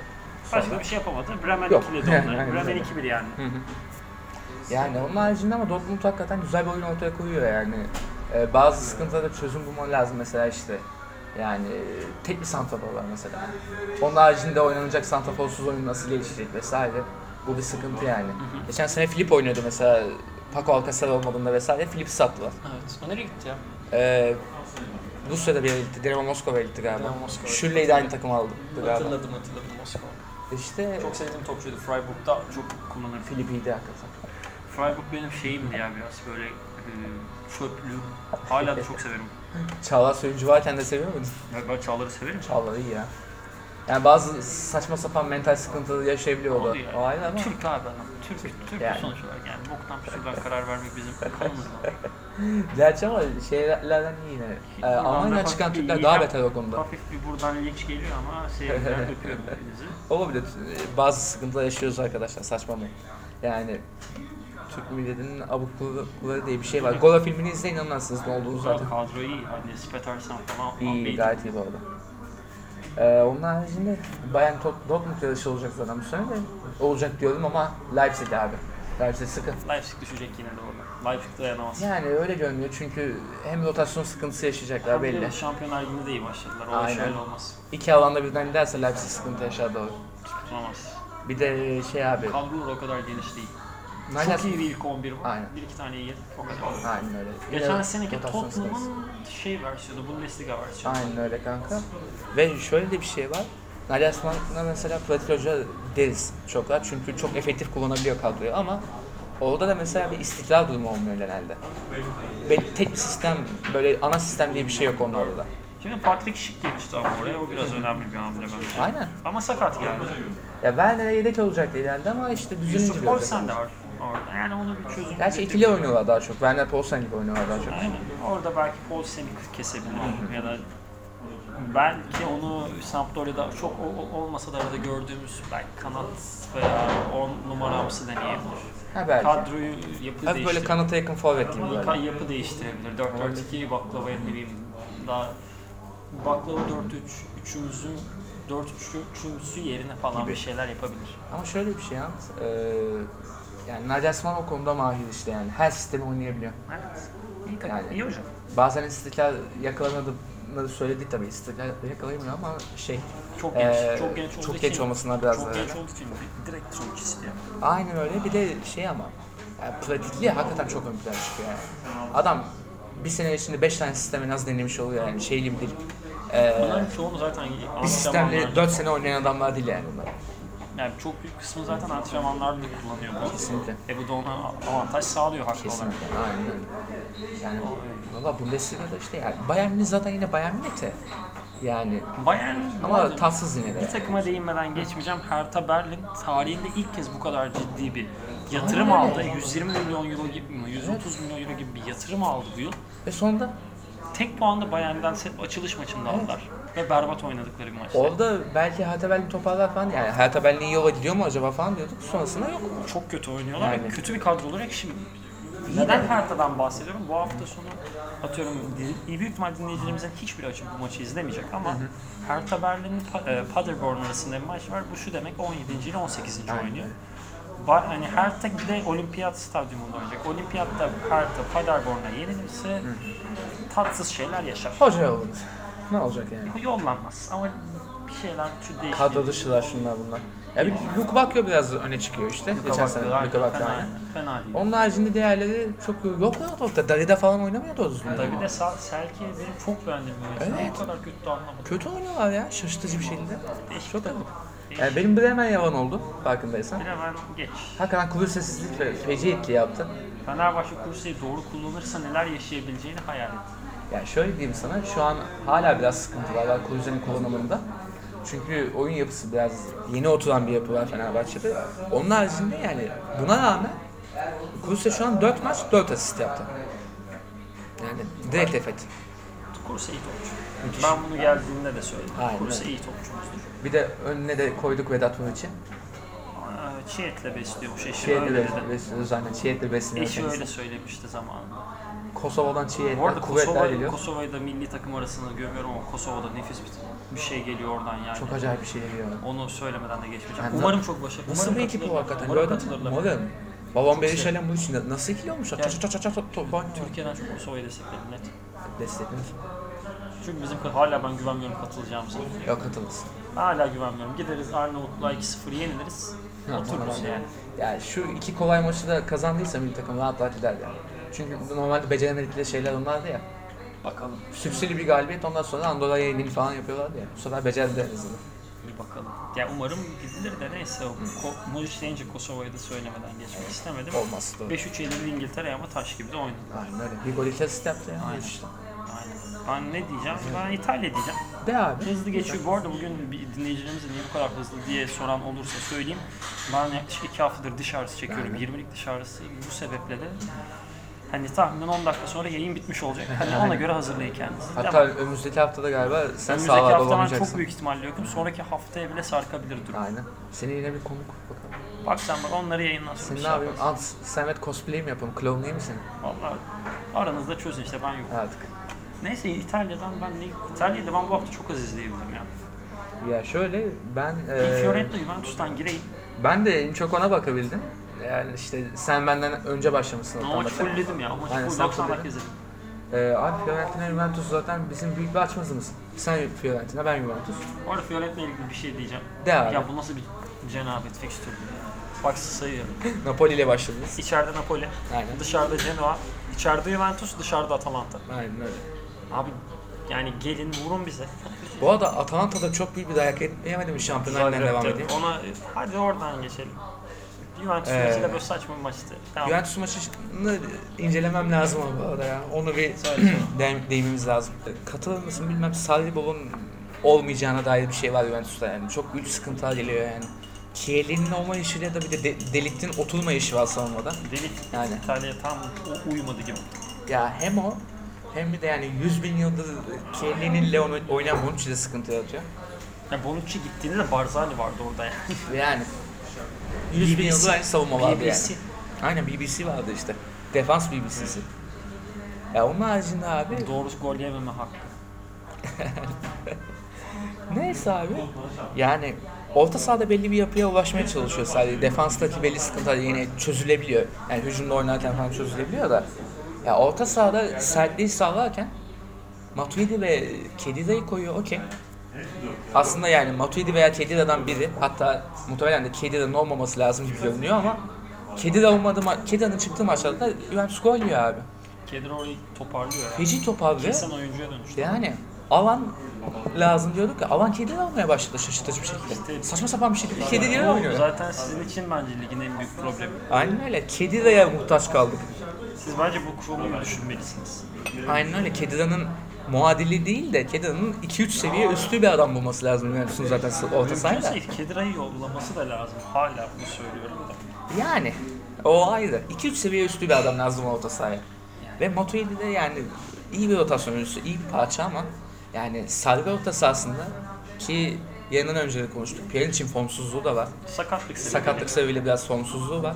Speaker 1: Başka
Speaker 2: Sonra?
Speaker 1: bir şey yapamadı. Bremen
Speaker 2: Yok.
Speaker 1: 2'de de onları.
Speaker 2: Aynen
Speaker 1: Bremen
Speaker 2: öyle.
Speaker 1: 2-1 yani.
Speaker 2: Yani onun haricinde ama Dortmund hakikaten güzel bir oyun ortaya koyuyor yani. Ee, bazı sıkıntılara da çözüm bulman lazım mesela işte. Yani e, tek bir santrafor var mesela. Onun haricinde oynanacak santraforsuz oyun nasıl gelişecek vesaire. Bu bir sıkıntı yani. Geçen sene Filip oynuyordu mesela. Paco Alcacer olmadığında vesaire Filip'i sattılar.
Speaker 1: Evet. O nereye gitti ya?
Speaker 2: Ee, Rusya'da bir yere gitti. Dinamo Moskova'ya gitti galiba.
Speaker 1: Dinamo Moskova'ya.
Speaker 2: Şürrey'i de aynı takım aldı galiba.
Speaker 1: Hatırladım hatırladım Moskova.
Speaker 2: İşte
Speaker 1: Çok sevdiğim topçuydu. Freiburg'da çok kullanır.
Speaker 2: Filip iyiydi hakikaten.
Speaker 1: Freiburg benim şeyimdi ya biraz böyle e, çöplüğüm. Hala da çok severim.
Speaker 2: Çağlar Söyüncü varken de seviyor muydun?
Speaker 1: Ben, ben Çağlar'ı severim.
Speaker 2: Vallahi iyi ya. Yani bazı saçma sapan mental sıkıntıları yaşayabiliyor o da.
Speaker 1: Oluyor.
Speaker 2: O ayrı ama
Speaker 1: Türk abi adam. Türk, Türk
Speaker 2: Yani.
Speaker 1: sonuç olarak yani. Boktan püsürden karar vermek bizim kanımızda.
Speaker 2: gerçi ama şeylerden iyi yine. Ee,
Speaker 1: İran
Speaker 2: Almanya'dan
Speaker 1: ve
Speaker 2: çıkan
Speaker 1: Pakistan
Speaker 2: Türkler
Speaker 1: iyi
Speaker 2: daha
Speaker 1: ya.
Speaker 2: beter o konuda.
Speaker 1: Hafif bir buradan linç geliyor ama seyirciler öpüyorum hepinizi.
Speaker 2: Olabilir. Ee, Bazı sıkıntılar yaşıyoruz arkadaşlar saçmalamayın. Yani Türk milletinin abuk kuları diye bir şey var. Gola filmini izleyin anlarsınız ne olduğunu zaten.
Speaker 1: Zaten kadro iyi. Hani Spetarsan falan.
Speaker 2: İyi,
Speaker 1: Ahmet.
Speaker 2: gayet iyi bu arada. Ee, onun haricinde Bayern Tot- Dortmund yarışı olacak zaten bu sene de. Olacak diyorum ama Leipzig abi. Leipzig sıkı.
Speaker 1: Leipzig düşecek yine de orada. Leipzig dayanamaz.
Speaker 2: Yani öyle görünüyor çünkü hem rotasyon sıkıntısı yaşayacaklar
Speaker 1: Hem de
Speaker 2: belli.
Speaker 1: Şampiyonlar Ligi'nde de iyi başladılar. O da
Speaker 2: Aynen.
Speaker 1: şöyle olmaz.
Speaker 2: İki alanda birden giderse Leipzig sıkıntı yaşar doğru.
Speaker 1: Tutunamaz.
Speaker 2: Bir de şey abi.
Speaker 1: Kadrolar o kadar geniş değil.
Speaker 2: Nallas-
Speaker 1: Çok iyi bir ilk 11 var.
Speaker 2: Aynen.
Speaker 1: Bir iki tane iyi. O kadar.
Speaker 2: Aynen öyle. Bir
Speaker 1: Geçen
Speaker 2: de
Speaker 1: seneki
Speaker 2: rotasyon sıkıntısı.
Speaker 1: Tottenham'ın şey versiyonu, Bundesliga versiyonu.
Speaker 2: Aynen öyle kanka. Ve şöyle de bir şey var. Nallas Martin'e mesela pratik hoca deriz çoklar çünkü çok efektif kullanabiliyor kadroyu ama Orada da mesela bir istiklal durumu olmuyor genelde. Belli tek bir sistem, böyle ana sistem diye bir şey yok onlarda da.
Speaker 1: Şimdi Patrick Schick gelmişti ama oraya. O biraz önemli bir hamle bence.
Speaker 2: Aynen.
Speaker 1: Ama sakat geldi.
Speaker 2: Ya Werner'e yedek olacak diye geldi ama işte düzenince
Speaker 1: Yusuf
Speaker 2: biraz.
Speaker 1: Olsen de var orada. Yani onu bir çözüm.
Speaker 2: Gerçi
Speaker 1: üretip-
Speaker 2: ikili oynuyorlar daha çok. Werner Paulsen gibi oynuyorlar daha çok.
Speaker 1: Aynen. Orada belki Paulsen'i kesebilir ya da belki onu Sampdoria'da çok o- o- olmasa da arada gördüğümüz belki kanat veya 10 numaramsı deneyebilir.
Speaker 2: Ha belki.
Speaker 1: Kadroyu yapı
Speaker 2: Hafif böyle
Speaker 1: değiştirebilir.
Speaker 2: kanata yakın forvet gibi
Speaker 1: Ka-
Speaker 2: böyle.
Speaker 1: yapı değiştirebilir. 4-4-2 baklavaya ne bileyim daha baklava 4-3 üçümüzün 4-3 üçümüzü yerine falan bir şeyler yapabilir.
Speaker 2: Ama şöyle bir şey yalnız. eee, yani Nagelsmann o konuda mahir işte yani. Her sistemi oynayabiliyor.
Speaker 1: Evet. İyi, takım,
Speaker 2: Yani-
Speaker 1: iyi hocam.
Speaker 2: Bazen istiklal yakalanadığını söyledik tabii. İstiklal yakalayamıyor ama şey.
Speaker 1: Çok genç.
Speaker 2: eee,
Speaker 1: çok genç olduğu
Speaker 2: çok
Speaker 1: için-
Speaker 2: genç olmasına biraz
Speaker 1: Çok
Speaker 2: da-
Speaker 1: genç olduğu için direkt sonuç istiyor.
Speaker 2: Aynen öyle. Bir de şey ama yani pratikliği hakikaten çok ön plana çıkıyor yani. Adam bir sene içinde 5 tane sistem en az denemiş oluyor yani. Şey gibi değil. Ee,
Speaker 1: Bunların çoğunu zaten
Speaker 2: bir sistemle
Speaker 1: antrenmanlarda-
Speaker 2: 4 sene oynayan adamlar değil yani bunlar.
Speaker 1: Yani çok büyük kısmı zaten antrenmanlarda kullanıyor bu.
Speaker 2: Kesinlikle.
Speaker 1: E bu da ona avantaj sağlıyor haklı olarak.
Speaker 2: Kesinlikle. Aynen öyle. Yani valla Bundesliga'da işte yani Bayern Münih zaten yine Bayern Münih de yani
Speaker 1: Bayern
Speaker 2: ama
Speaker 1: Bayern-
Speaker 2: tatsız yine de.
Speaker 1: bir takıma değinmeden geçmeyeceğim. Hertha Berlin tarihinde ilk kez bu kadar ciddi bir yatırım
Speaker 2: Aynen
Speaker 1: aldı.
Speaker 2: öyle.
Speaker 1: 120 milyon euro gibi mi? 130 milyon euro gibi bir yatırım aldı bu yıl.
Speaker 2: Ve sonunda
Speaker 1: Tek puanla Bayern'den set açılış maçında aldılar. Ve berbat oynadıkları bir maçta.
Speaker 2: orada belki Hertha Berlin toparlar falan yani Hertha Berlin iyi yola gidiyor mu acaba falan diyorduk sonrasında yok.
Speaker 1: Çok kötü oynuyorlar. ve
Speaker 2: Aynen.
Speaker 1: Kötü bir kadro olarak şimdi. Neden Hertha'dan bahsediyorum? Bu hafta sonu atıyorum din- büyük ihtimal dinleyicilerimizin hiçbiri açıp bu maçı izlemeyecek ama Hertha Berlin Pa- e, Paderborn arasında bir maç var. Bu şu demek 17. ile 18. oynuyor. Ba- hani Hertha bir de Olimpiyat stadyumunda oynayacak. Olimpiyatta Hertha Paderborn'a yenilirse tatsız şeyler yaşar.
Speaker 2: Hoca olur. Ne olacak yani?
Speaker 1: Yollanmaz ama bir şeyler şu değişti.
Speaker 2: Kadro dışılar şunlar bunlar. Ya bir Luke Bakio biraz öne çıkıyor işte. Geçen sene Luke Bakio.
Speaker 1: fena,
Speaker 2: aynen.
Speaker 1: fena değil.
Speaker 2: Onun haricinde diğerleri çok yok yok ortada. Darida falan oynamıyor doğru düzgün.
Speaker 1: Tabii de Sel- Selke benim çok beğendiğim bir oyuncu.
Speaker 2: Evet.
Speaker 1: O kadar kötü de anlamadım.
Speaker 2: Kötü oynuyorlar ya şaşırtıcı bir şekilde.
Speaker 1: Değişik
Speaker 2: Çok
Speaker 1: tabii.
Speaker 2: garip.
Speaker 1: Değişik.
Speaker 2: Yani benim Bremen yavan oldu farkındaysan.
Speaker 1: Bir de ben geç.
Speaker 2: Hakikaten kulüp sessizlikle feci etki yaptı.
Speaker 1: Fenerbahçe Kursa'yı doğru kullanırsa neler yaşayabileceğini hayal et.
Speaker 2: Yani şöyle diyeyim sana şu an hala biraz sıkıntılar var Kuluse'nin kullanımında. Çünkü oyun yapısı biraz yeni oturan bir yapı var Fenerbahçe'de. Onun haricinde yani buna rağmen Kulüse şu an 4 maç 4 asist yaptı. Yani direkt efet.
Speaker 1: Kursa iyi topçu. Ben bunu geldiğinde de söyledim.
Speaker 2: Aynen.
Speaker 1: Kursa iyi topçumuzdur.
Speaker 2: Bir de önüne de koyduk Vedat için.
Speaker 1: Ee, Çiğet'le besliyormuş eşi
Speaker 2: Çiğet'le
Speaker 1: öyle
Speaker 2: de
Speaker 1: dedi.
Speaker 2: besliyoruz zaten. Çiğet'le besleniyor
Speaker 1: Eşi
Speaker 2: kendisi.
Speaker 1: öyle söylemişti zamanında.
Speaker 2: Kosova'dan
Speaker 1: E Bu arada
Speaker 2: Çiğet'le kuvvetler
Speaker 1: Kosova,
Speaker 2: geliyor.
Speaker 1: Kosova'yı da milli takım arasında görmüyorum ama Kosova'da nefis bir, bir şey geliyor oradan yani.
Speaker 2: Çok acayip bir şey geliyor.
Speaker 1: Onu söylemeden de geçmeyeceğim.
Speaker 2: Yani
Speaker 1: umarım çok başarılı.
Speaker 2: Nasıl
Speaker 1: umarım
Speaker 2: bir ekip o
Speaker 1: katılırlar.
Speaker 2: hakikaten?
Speaker 1: Umarım
Speaker 2: Gördün mü?
Speaker 1: katılırlar.
Speaker 2: Umarım. Babam
Speaker 1: güzel.
Speaker 2: Berişal'in bu içinde nasıl ikili olmuşlar? Çat
Speaker 1: Yani-
Speaker 2: çat çat çat çat top.
Speaker 1: Türkiye'den çok Kosova'yı destekledim net.
Speaker 2: Destekliyoruz.
Speaker 1: Çünkü bizim hala ben güvenmiyorum katılacağımıza.
Speaker 2: Yok katılırsın.
Speaker 1: Ben hala güvenmiyorum. Gideriz Arnavutluğa 2-0 yeniliriz.
Speaker 2: Ha,
Speaker 1: Otururuz
Speaker 2: tamam.
Speaker 1: yani.
Speaker 2: Yani şu iki kolay maçı da kazandıysa milli takım rahat rahat gider yani. Çünkü bu normalde beceremedikleri şeyler onlardı ya.
Speaker 1: Bakalım.
Speaker 2: Süpsili bir galibiyet ondan sonra Andorra'ya yenil falan yapıyorlardı ya. Bu sefer becerdi en azından.
Speaker 1: Bir bakalım. Ya umarım gidilir de neyse. o Ko- Mojic deyince Kosova'yı da söylemeden geçmek istemedim.
Speaker 2: Olmaz doğru.
Speaker 1: 5-3 yenildi İngiltere ama taş gibi de oynadı.
Speaker 2: Aynen öyle. Bir gol iki asist yaptı ya.
Speaker 1: Aynen.
Speaker 2: İşte.
Speaker 1: Aynen. Ben ne diyeceğim? Ben İtalya diyeceğim.
Speaker 2: De abi.
Speaker 1: Hızlı geçiyor. Bu arada bugün bir dinleyicilerimize niye bu kadar hızlı diye soran olursa söyleyeyim. Ben yaklaşık 2 haftadır diş ağrısı çekiyorum.
Speaker 2: Aynen.
Speaker 1: 20'lik diş ağrısı. Bu sebeple de hani tahminen 10 dakika sonra yayın bitmiş olacak. Hani ona göre hazırlayın kendinizi.
Speaker 2: Hatta
Speaker 1: Devam.
Speaker 2: önümüzdeki haftada galiba sen
Speaker 1: Önümüzdeki
Speaker 2: sağlarda
Speaker 1: hafta ben
Speaker 2: olamayacaksın.
Speaker 1: çok büyük ihtimalle yokum. Sonraki haftaya bile sarkabilir durum.
Speaker 2: Aynen. Seni yine bir konuk bakalım.
Speaker 1: Bak sen bak onları yayından sonra
Speaker 2: Sen
Speaker 1: bir
Speaker 2: ne
Speaker 1: şey
Speaker 2: yapayım?
Speaker 1: yaparız.
Speaker 2: Ant Samet cosplay mi yapalım? Clownlayayım mı seni?
Speaker 1: Vallahi aranızda çözün işte ben yokum.
Speaker 2: Artık.
Speaker 1: Neyse İtalya'dan ben ne? İtalya'da ben bu hafta çok az izleyebilirim ya.
Speaker 2: Ya şöyle ben
Speaker 1: Bir
Speaker 2: eee,
Speaker 1: Fiorentina Juventus'tan gireyim.
Speaker 2: ben de en çok ona bakabildim. Yani işte sen benden önce başlamışsın.
Speaker 1: Ama
Speaker 2: oradan
Speaker 1: maç
Speaker 2: bakar.
Speaker 1: fullledim ya. O maçı
Speaker 2: Aynen,
Speaker 1: full
Speaker 2: sen
Speaker 1: 90
Speaker 2: fulledin.
Speaker 1: dakika izledim.
Speaker 2: Ee, abi Fiorentina Juventus zaten bizim büyük bir açmazımız. Sen Fiorentina, ben Juventus.
Speaker 1: Bu arada Fiorentina ilgili bir şey diyeceğim.
Speaker 2: De abi.
Speaker 1: Ya bu nasıl bir cenabet fikstürü ya. Bak sayıyorum.
Speaker 2: Napoli ile başladınız.
Speaker 1: İçeride Napoli,
Speaker 2: Aynen.
Speaker 1: dışarıda Genoa, içeride Juventus, dışarıda Atalanta.
Speaker 2: Aynen öyle.
Speaker 1: Abi yani gelin vurun bize.
Speaker 2: Bu arada Atalanta'da çok büyük bir dayak yemedim şampiyonlar Ligi'nden devam edeyim.
Speaker 1: Ona hadi oradan geçelim. Juventus
Speaker 2: Ee,
Speaker 1: maçı da böyle saçma bir maçtı. Tamam.
Speaker 2: Juventus maçını incelemem lazım ama bu arada ya. Onu bir
Speaker 1: Söyle, söyle.
Speaker 2: değin- değinmemiz lazım. Katılır mısın bilmem Sallibob'un olmayacağına dair bir şey var Juventus'ta yani. Çok büyük sıkıntılar geliyor yani. Kiel'in olmayışı ya da bir de de Delikt'in oturmayışı var savunmada.
Speaker 1: Delik
Speaker 2: Yani.
Speaker 1: İtalya'ya tam u- uyumadı gibi.
Speaker 2: Ya hem o hem bir de yani 100 bin yıldır Kiel'in Leon oynayan Bonucci'de sıkıntı yaratıyor.
Speaker 1: Ya Bonucci gittiğinde de Barzani vardı orada yani.
Speaker 2: Ve yani 100 bin
Speaker 1: BBC.
Speaker 2: yıldır aynı savunma vardı
Speaker 1: BBC.
Speaker 2: yani. Aynen BBC vardı işte. Defans BBC'si. Ya onun haricinde abi
Speaker 1: Doğru gol yememe hakkı.
Speaker 2: Neyse abi. Yani orta sahada belli bir yapıya ulaşmaya çalışıyor sadece. Defanstaki belli sıkıntılar yine çözülebiliyor. Yani hücumda oynarken falan çözülebiliyor da. Ya orta sahada sertliği sağlarken Matuidi ve Kedida'yı koyuyor okey. Aslında yani Matuidi veya Kedida'dan biri hatta muhtemelen de Kedida'nın olmaması lazım gibi görünüyor ama Kedida olmadı ma- Kedida'nın çıktığı maçlarda da Juventus gol yiyor abi.
Speaker 1: Kedro orayı toparlıyor yani.
Speaker 2: Feci top abi.
Speaker 1: Kesin oyuncuya dönüştü.
Speaker 2: Yani alan lazım diyorduk ya. Alan kedi almaya başladı şaşırtıcı bir şekilde.
Speaker 1: İşte-
Speaker 2: Saçma sapan bir şekilde kedi diye
Speaker 1: Bu
Speaker 2: oynuyor.
Speaker 1: Zaten sizin için bence ligin en büyük problemi.
Speaker 2: Aynen öyle. Kedida'ya muhtaç kaldık.
Speaker 1: Siz bence bu kurulumu düşünmelisiniz.
Speaker 2: Aynen öyle. Kedida'nın muadili değil de Kedida'nın 2-3 seviye üstü bir adam bulması lazım biliyorsunuz zaten sı- orta sahada.
Speaker 1: Mümkünse Kedra'yı yollaması da lazım. Hala bunu söylüyorum da.
Speaker 2: Yani o ayrı. 2-3 seviye üstü bir adam lazım orta sahaya. Ve Matuidi de yani iyi bir rotasyon oyuncusu, iyi bir parça ama yani sargı orta sahasında ki yayından önce de konuştuk. Pjanic'in formsuzluğu da var.
Speaker 1: Sakatlık sebebi.
Speaker 2: sakatlık sebebiyle biraz formsuzluğu var.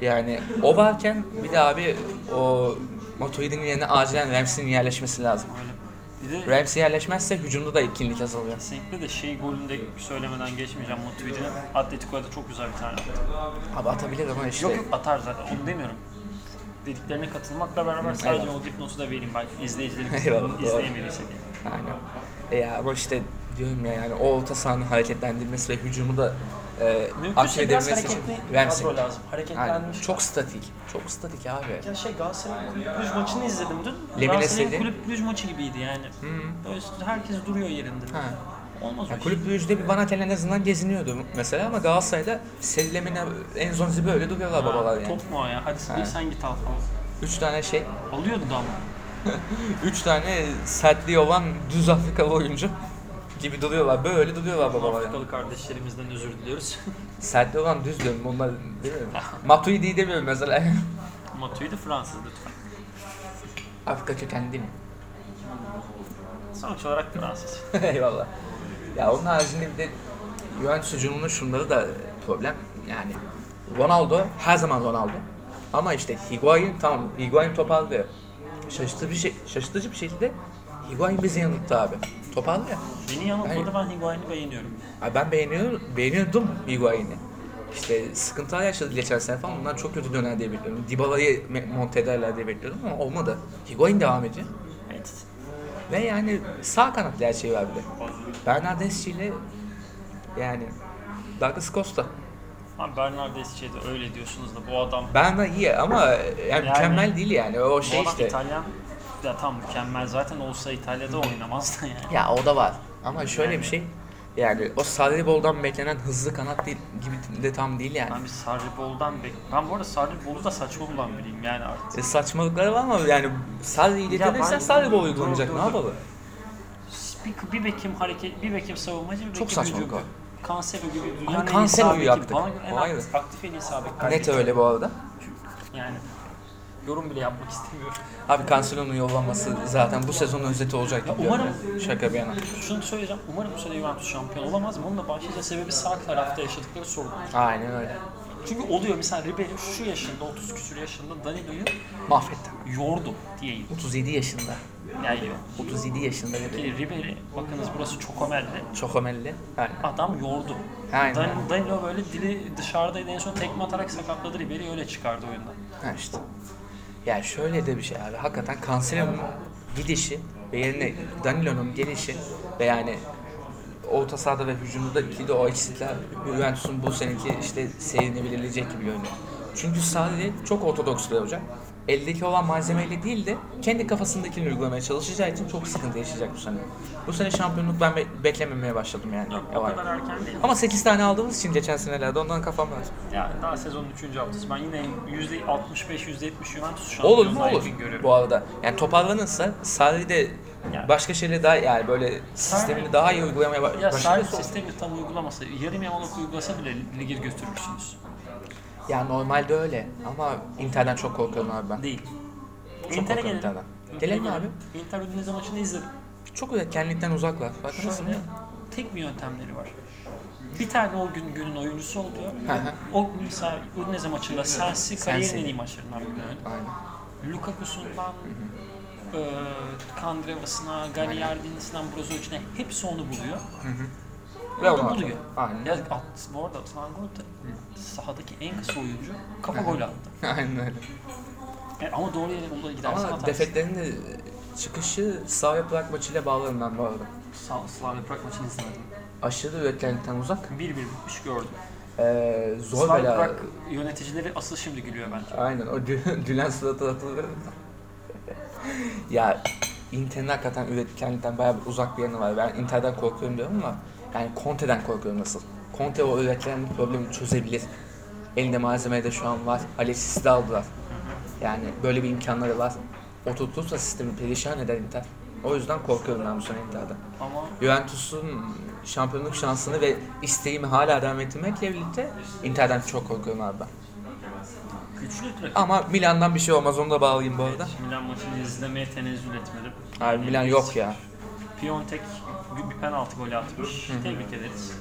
Speaker 2: Yani o varken bir de abi o Matuidi'nin yerine acilen Ramsey'nin yerleşmesi lazım.
Speaker 1: Öyle. Bir de
Speaker 2: Ramsey yerleşmezse hücumda da etkinlik azalıyor.
Speaker 1: kesinlikle de şey golünde söylemeden geçmeyeceğim Matuidi'nin. Atletico'ya da çok güzel bir tane attı.
Speaker 2: Abi atabilir ama işte.
Speaker 1: Yok yok atar zaten onu demiyorum. Dediklerine katılmakla beraber sadece o dipnotu da vereyim belki izleyicilerimiz
Speaker 2: Eyvallah, doğru.
Speaker 1: izleyemediysek. yani.
Speaker 2: Aynen. E ya ama işte diyorum ya yani o orta sahanın hareketlendirmesi ve hücumu da e, aktif
Speaker 1: Mümkünse biraz
Speaker 2: edilmesi için
Speaker 1: hareketli
Speaker 2: Ramsey.
Speaker 1: kadro lazım.
Speaker 2: Aynen.
Speaker 1: Hareketlenmiş.
Speaker 2: Çok statik. Çok statik abi.
Speaker 1: Ya şey Galatasaray'ın kulüp Brüj maçını izledim dün.
Speaker 2: Lemine
Speaker 1: Galatasaray'ın
Speaker 2: Sedi.
Speaker 1: kulüp Brüj maçı gibiydi yani. Böyle herkes duruyor yerinde.
Speaker 2: Ha.
Speaker 1: Olmaz
Speaker 2: Ya
Speaker 1: o
Speaker 2: kulüp büyücüde bir Banatel en azından geziniyordu mesela ama Galatasaray'da Sellemine en son zibi öyle duruyorlar
Speaker 1: Ha,
Speaker 2: babalar yani.
Speaker 1: şey. Top mu o ya? Hadi sen, sen git al falan.
Speaker 2: Üç tane şey,
Speaker 1: Alıyordu da ama.
Speaker 2: üç tane sertliği olan düz Afrikalı oyuncu gibi duruyorlar. Böyle duruyorlar babalar yani.
Speaker 1: Afrikalı kardeşlerimizden özür diliyoruz.
Speaker 2: Sertliği olan düz diyorum onlar değil mi? Matuidi'yi demiyorum mesela.
Speaker 1: Matuidi Fransız lütfen.
Speaker 2: Afrika kökenli değil mi?
Speaker 1: Sonuç olarak Fransız.
Speaker 2: Eyvallah. Ya onun haricinde bir de Juventus hücumunun şunları da problem. Yani Ronaldo her zaman Ronaldo. Ama işte Higuain tamam Higuain toparlıyor. Şaşırtıcı bir, şey, şaşırtıcı bir şekilde Higuain bizi yanılttı abi. Toparlıyor.
Speaker 1: Beni yanıltmadı ben Higuain'i beğeniyorum.
Speaker 2: Abi ben beğeniyorum, beğeniyordum Higuain'i. İşte sıkıntılar yaşadı geçen sene falan. Bundan çok kötü döner diye bekliyordum. Dybala'yı me- monte ederler diye bekliyordum ama olmadı. Higuain devam ediyor.
Speaker 1: Evet.
Speaker 2: Ve yani sağ kanatlı her şey var bir de. Bernardeschi ile yani Douglas Costa.
Speaker 1: Abi Bernardeschi'ye de öyle diyorsunuz da bu adam
Speaker 2: Berna iyi ama yani, mükemmel değil yani. O
Speaker 1: bu
Speaker 2: şey
Speaker 1: adam
Speaker 2: işte.
Speaker 1: İtalyan ya tam mükemmel zaten olsa İtalya'da oynamaz da yani.
Speaker 2: Ya o da var. Ama şöyle
Speaker 1: Yani.
Speaker 2: bir şey. Yani o Sarribol'dan beklenen hızlı kanat değil, gibi de tam değil yani.
Speaker 1: Ben bir Sarribol'dan bek... Ben bu arada Sarribol'u da saçma bulan biriyim yani artık.
Speaker 2: E, saçmalıkları var ama yani Sarri ile
Speaker 1: Ya ben-
Speaker 2: denirsen Sarribol
Speaker 1: Dur,
Speaker 2: uygulanacak
Speaker 1: dur,
Speaker 2: ne
Speaker 1: dur.
Speaker 2: yapalım?
Speaker 1: Bir, bir bekim hareket, bir bekim savunmacı, bir
Speaker 2: Çok
Speaker 1: bekim
Speaker 2: saçma
Speaker 1: hücumcu.
Speaker 2: bu.
Speaker 1: Kansero gibi dünyanın
Speaker 2: Ama
Speaker 1: en iyi
Speaker 2: Cancelo
Speaker 1: sağ beki.
Speaker 2: yaptık.
Speaker 1: Bana göre en
Speaker 2: Vay
Speaker 1: aktif, aktif en iyi sağ bek
Speaker 2: Net
Speaker 1: kardeşim.
Speaker 2: öyle bu arada.
Speaker 1: Yani yorum bile yapmak istemiyorum.
Speaker 2: Abi Cancelo'nun yollanması zaten bu sezonun özeti olacak. gibi
Speaker 1: umarım-
Speaker 2: görünüyor. Şaka bir yana.
Speaker 1: Şunu söyleyeceğim. Umarım bu sene Juventus şampiyon olamaz. ama Bunun da başlıca sebebi sağ tarafta yaşadıkları sorun.
Speaker 2: Aynen öyle.
Speaker 1: Çünkü oluyor mesela Ribery şu yaşında 30 küsur yaşında Danilo'yu
Speaker 2: Mahvetti.
Speaker 1: yordu diyeyim.
Speaker 2: 37 yaşında.
Speaker 1: Yani
Speaker 2: 37 yaşında dedi.
Speaker 1: Ki Ribery bakınız burası çok omelli.
Speaker 2: Çok ömelli. Yani.
Speaker 1: Adam yordu.
Speaker 2: Aynen.
Speaker 1: Dan- Danilo böyle dili dışarıdaydı en son tekme atarak sakatladı Ribery öyle çıkardı oyundan.
Speaker 2: Ha işte. Yani şöyle de bir şey abi. Hakikaten Cancelo'nun gidişi ve yerine Danilo'nun gelişi ve yani orta sahada ve hücumdaki de o eksikler Juventus'un bu seneki işte seyrinebilirleyecek gibi görünüyor. Çünkü sadece çok ortodoks bir hoca. eldeki olan malzemeyle değil de kendi kafasındakini uygulamaya çalışacağı için çok sıkıntı yaşayacak bu sene. Bu sene şampiyonluk ben be- beklememeye başladım yani.
Speaker 1: Yok, o
Speaker 2: Yavaş.
Speaker 1: kadar erken değil.
Speaker 2: Ama 8 tane aldığımız için geçen senelerde ondan kafam var.
Speaker 1: Ya daha sezonun 3. haftası. Ben yine %65-%70 Juventus
Speaker 2: Olur
Speaker 1: şampiyonluğu
Speaker 2: mu olur
Speaker 1: görüyorum.
Speaker 2: bu arada. Yani toparlanırsa Sarri de
Speaker 1: Yani-
Speaker 2: başka şeyleri daha yani böyle sistemini daha iyi uygulamaya ba-
Speaker 1: Ya Sarri
Speaker 2: başlarsa
Speaker 1: sistemi tam uygulaması, yarım yamalak uygulasa bile ligi götürürsünüz.
Speaker 2: Ya normalde öyle ama Inter'den çok korkuyorum abi ben.
Speaker 1: Değil.
Speaker 2: Çok
Speaker 1: Inter'e
Speaker 2: korkuyorum
Speaker 1: gelin.
Speaker 2: Inter'den.
Speaker 1: Inter'e
Speaker 2: Gelelim mi abi?
Speaker 1: Inter Udinese maçını izledim.
Speaker 2: Çok üretkenlikten uzaklar. Farkındasın
Speaker 1: Şöyle
Speaker 2: değil mi?
Speaker 1: tek bir yöntemleri var. Bir tane o gün günün oyuncusu oluyor.
Speaker 2: Hı hı.
Speaker 1: o mesela Udinese maçında Sensi
Speaker 2: Sensi.
Speaker 1: kariyerin en iyi maçlarından biri.
Speaker 2: Aynen.
Speaker 1: Lukaku'sundan eee e, Kandreva'sına, Gagliardini'sinden Brozovic'ine hepsi onu buluyor.
Speaker 2: Ve
Speaker 1: onu
Speaker 2: onu
Speaker 1: buluyor.
Speaker 2: Aynen.
Speaker 1: Ya at, bu arada Atılan Grup'ta sahadaki en kısa oyuncu kafa gol attı.
Speaker 2: Aynen öyle.
Speaker 1: E, ama doğru yere buluyor gidersen
Speaker 2: Ama
Speaker 1: atarsın.
Speaker 2: defetlerin de çıkışı Slavia Prag maçıyla bağlarım ben bu arada.
Speaker 1: Sa- Slavia Prag maçını izlemedim.
Speaker 2: Aşırı üretkenlikten uzak.
Speaker 1: 1-1 bitmiş gördüm.
Speaker 2: Ee, zor
Speaker 1: Slavia
Speaker 2: bela.
Speaker 1: Prag yöneticileri asıl şimdi gülüyor bence.
Speaker 2: Aynen o dü- dülen suratı atılır. ya Inter'in hakikaten üretkenlikten bayağı bir uzak bir yanı var. Ben Inter'den korkuyorum diyorum ama yani Conte'den korkuyorum nasıl. Conte o üretkenlik problemi çözebilir. Elinde malzeme de şu an var. Alexis'i de aldılar. Yani böyle bir imkanları var. Oturtursa sistemi perişan eder Inter. O yüzden korkuyorum ben bu sene Inter'den.
Speaker 1: Ama
Speaker 2: Juventus'un şampiyonluk şansını ve isteğimi hala devam ettirmekle birlikte Inter'den çok korkuyorum abi ben.
Speaker 1: güçlü rakip.
Speaker 2: Ama Milan'dan bir şey olmaz onu da bağlayayım bu arada.
Speaker 1: Milan maçını izlemeye tenezzül etmedim.
Speaker 2: Abi Milan yok ya.
Speaker 1: Piontek bir- bir penaltı golü atmış. Tebrik ederiz.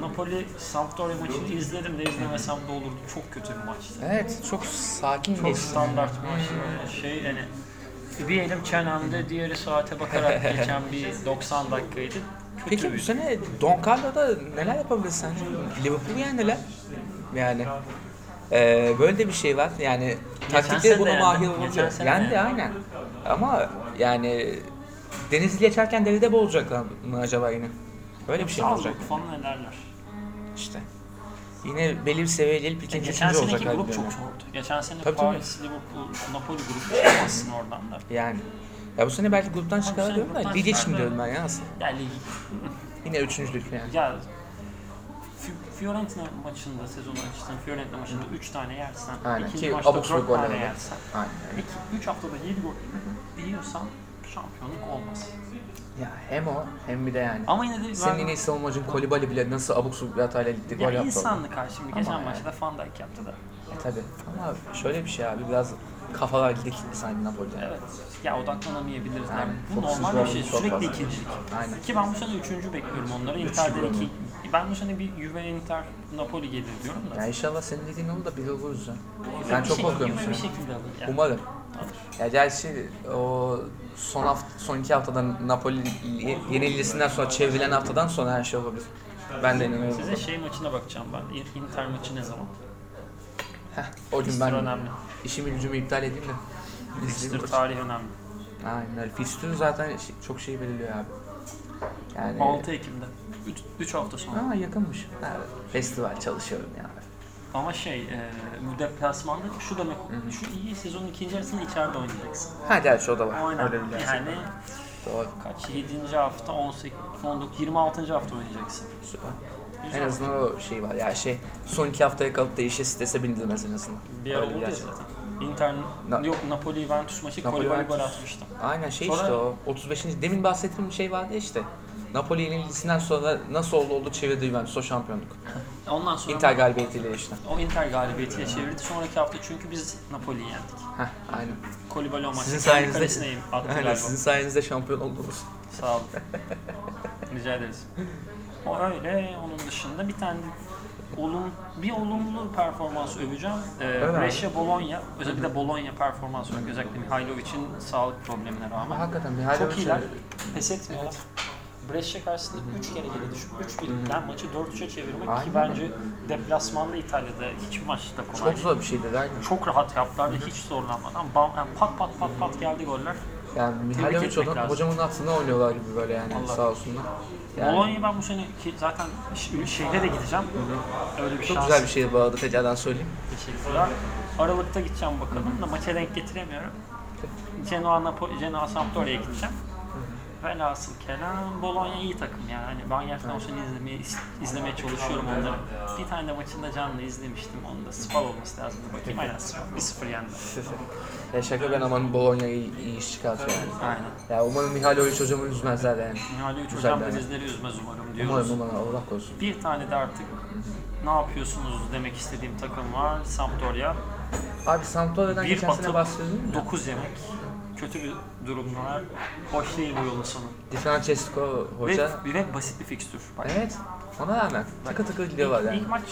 Speaker 1: Napoli Sampdoria maçını izledim de izlemesem de olurdu. Çok kötü bir maçtı.
Speaker 2: Evet çok sakin
Speaker 1: Çok
Speaker 2: geçti.
Speaker 1: standart bir maç. Şey yani bir elim çenemde, diğeri saate bakarak geçen bir 90 dakikaydı. Kötü
Speaker 2: Peki bu
Speaker 1: bir
Speaker 2: sene Don Carlo'da neler yapabilir sence? Liverpool yani neler? Yani eee, böyle de bir şey var. Yani taktikte
Speaker 1: sene de
Speaker 2: buna
Speaker 1: yendi.
Speaker 2: mahir
Speaker 1: Geçen
Speaker 2: olabilir.
Speaker 1: sene
Speaker 2: Yendi
Speaker 1: yendi.
Speaker 2: aynen. Ama yani Denizli geçerken deride boğulacaklar mı acaba yine? Böyle bir şey mi olacak?
Speaker 1: Salzburg falan ederler.
Speaker 2: İşte. Yine belli bir seviye gelip ikinci,
Speaker 1: E, Geçen
Speaker 2: üçüncü olacak
Speaker 1: seneki
Speaker 2: abi.
Speaker 1: grup çok zordu. Geçen sene
Speaker 2: Tabii, tabii.
Speaker 1: Paris, Liverpool, Napoli grubu çıkamazsın oradan da.
Speaker 2: Yani. Ya bu sene belki gruptan çıkar
Speaker 1: sene
Speaker 2: diyorum da
Speaker 1: gruptan
Speaker 2: lig için
Speaker 1: çıkar.
Speaker 2: diyorum ben ya aslında.
Speaker 1: Yani ligi
Speaker 2: Yine üçüncülük yani.
Speaker 1: Ya Fi- Fiorentina maçında sezonu açtın. Fiorentina maçında 3 tane yersen,
Speaker 2: Aynen.
Speaker 1: ikinci
Speaker 2: Ki
Speaker 1: maçta
Speaker 2: abuk sabuk
Speaker 1: 4 tane
Speaker 2: oynamadı.
Speaker 1: yersen,
Speaker 2: Aynen.
Speaker 1: 3 haftada 7 gol yiyorsan şampiyonluk olmaz.
Speaker 2: Ya hem o hem bir de yani.
Speaker 1: Ama yine de
Speaker 2: Senin
Speaker 1: ben-
Speaker 2: en iyi savunmacın Kolibali bile nasıl abuk subuk bir hatayla gitti gol
Speaker 1: ya
Speaker 2: yaptı.
Speaker 1: insanlık ha şimdi geçen
Speaker 2: Ama
Speaker 1: maçta Van Dijk yaptı da.
Speaker 2: E tabi. Ama şöyle bir şey abi biraz kafalar gidik sanki Napoli'de.
Speaker 1: Evet. Ya odaklanamayabiliriz. Yani
Speaker 2: Aynen.
Speaker 1: bu
Speaker 2: Fokusuz
Speaker 1: normal bir şey.
Speaker 2: olmayı çok
Speaker 1: Sürekli
Speaker 2: fazla.
Speaker 1: ikincilik.
Speaker 2: Aynen.
Speaker 1: Ki ben bu sene üçüncü bekliyorum onları. Inter'den
Speaker 2: Üçüncü
Speaker 1: iki. Ben bu sene bir Juve Inter Napoli gelir diyorum da.
Speaker 2: Ya inşallah senin dediğin olur da biz oluruz ya. Ben çok korkuyorum bu
Speaker 1: Juve bir
Speaker 2: sene.
Speaker 1: şekilde alır. Yani.
Speaker 2: Umarım.
Speaker 1: Alır.
Speaker 2: Ya gerçi o son hafta, son iki haftadan Napoli ye- yenilgisinden sonra çevrilen haftadan sonra her şey olabilir. Ben de inanıyorum.
Speaker 1: Size şey maçına bakacağım ben. Inter maçı ne zaman?
Speaker 2: Heh, o gün
Speaker 1: Fikstür
Speaker 2: ben
Speaker 1: önemli.
Speaker 2: işimi gücümü iptal edeyim de.
Speaker 1: Fikstür
Speaker 2: İzleyeyim.
Speaker 1: tarih önemli.
Speaker 2: Aynen öyle. Fikstür zaten şey- çok şey belirliyor abi. Yani...
Speaker 1: 6 Ekim'de. 3 hafta sonra.
Speaker 2: Aa yakınmış. Ha, festival çalışıyorum yani.
Speaker 1: Ama şey, e, bu deplasmanda şu demek, şu iyi sezonun ikinci yarısını içeride oynayacaksın.
Speaker 2: Ha gerçi o da var.
Speaker 1: Aynen.
Speaker 2: Öyle bir gerçek.
Speaker 1: Yani
Speaker 2: Doğru.
Speaker 1: kaç? 7. hafta, 18, 19, 26. hafta oynayacaksın.
Speaker 2: Süper.
Speaker 1: Güzel.
Speaker 2: En azından o şey var. Ya şey son iki haftaya kalıp da işe strese bindirmez en azından.
Speaker 1: Bir ara
Speaker 2: Öyle
Speaker 1: oldu ya
Speaker 2: gerçek.
Speaker 1: zaten. Inter,
Speaker 2: Na-
Speaker 1: yok Napoli Juventus maçı
Speaker 2: Napoli,
Speaker 1: Kolibali gol
Speaker 2: Juventus.
Speaker 1: atmıştı.
Speaker 2: Aynen şey
Speaker 1: Sonra-
Speaker 2: işte o 35. demin bahsettiğim şey vardı ya işte. Napoli yenilgisinden sonra nasıl oldu oldu çevirdi Juventus o şampiyonluk.
Speaker 1: Ondan sonra
Speaker 2: Inter galibiyetiyle işte.
Speaker 1: o Inter galibiyetiyle çevirdi. Sonraki hafta çünkü biz Napoli'yi yendik.
Speaker 2: Heh aynen.
Speaker 1: Kolibali o maçta
Speaker 2: Sizin
Speaker 1: kendi
Speaker 2: sayenizde-
Speaker 1: kalesine attı
Speaker 2: Aynen
Speaker 1: galiba.
Speaker 2: sizin sayenizde şampiyon oldunuz.
Speaker 1: Sağ olun. Rica ederiz. O öyle. Onun dışında bir tane olum, bir olumlu performans öveceğim. Ee,
Speaker 2: abi.
Speaker 1: Brescia Bologna, özellikle Bologna performansı olarak özellikle Mihailovic'in sağlık problemine
Speaker 2: Ama
Speaker 1: rağmen
Speaker 2: hakikaten bir hala
Speaker 1: çok iyiler.
Speaker 2: şey-
Speaker 1: Pes etmiyorlar. Brescia karşısında 3 kere geri düşüp 3-1'den maçı 4-3'e çevirmek
Speaker 2: Aynen.
Speaker 1: ki bence deplasmanda İtalya'da hiçbir maçta kolay
Speaker 2: Çok
Speaker 1: değil.
Speaker 2: zor bir şey dedi aynen.
Speaker 1: Çok rahat yaptılar ve hiç zorlanmadan bam, yani pat pat pat pat geldi goller.
Speaker 2: Yani Mihailovic
Speaker 1: etmek
Speaker 2: hoca-
Speaker 1: lazım.
Speaker 2: hocamın aklına oynuyorlar gibi böyle yani
Speaker 1: Allah.
Speaker 2: sağ olsunlar. Yani
Speaker 1: Bologna'yı ben bu sene ki zaten ş- şeyde de gideceğim. Öyle bir
Speaker 2: çok
Speaker 1: şans.
Speaker 2: güzel bir şey bu arada tekrardan söyleyeyim.
Speaker 1: Teşekkürler. Aralıkta gideceğim bakalım da maça denk getiremiyorum. Genoa, Napo- Genoa Sampdoria'ya gideceğim. Velhasıl kelam Bologna iyi takım yani. Hani ben gerçekten o sene izlemeye, is- izlemeye çalışıyorum onları. Bir tane de maçında canlı izlemiştim. Onu da Spal olması lazım. Bakayım aynen Spal. 1-0 yendi.
Speaker 2: ya şaka ben aman Bologna'yı iyi, iyi iş çıkartıyor yani.
Speaker 1: Aynen.
Speaker 2: Ya umarım Mihailovic hocamı üzmezler yani.
Speaker 1: Nihal Üç
Speaker 2: Güzel
Speaker 1: hocam da
Speaker 2: yani.
Speaker 1: bizleri üzmez umarım diyoruz.
Speaker 2: Umarım umarım Allah korusun.
Speaker 1: Bir tane de artık ne yapıyorsunuz demek istediğim takım var. Sampdoria.
Speaker 2: Abi Sampdoria'dan
Speaker 1: Bir
Speaker 2: geçen sene
Speaker 1: atıp
Speaker 2: bahsediyordun ya.
Speaker 1: 9 yemek. Kötü bir durumlar. Hoş değil bu yolun sonu.
Speaker 2: Di Francesco
Speaker 1: Ve,
Speaker 2: hoca.
Speaker 1: ve basit bir fikstür. Bak.
Speaker 2: Evet. Ona rağmen takır takır gidiyorlar
Speaker 1: İlk,
Speaker 2: yani.
Speaker 1: ilk maç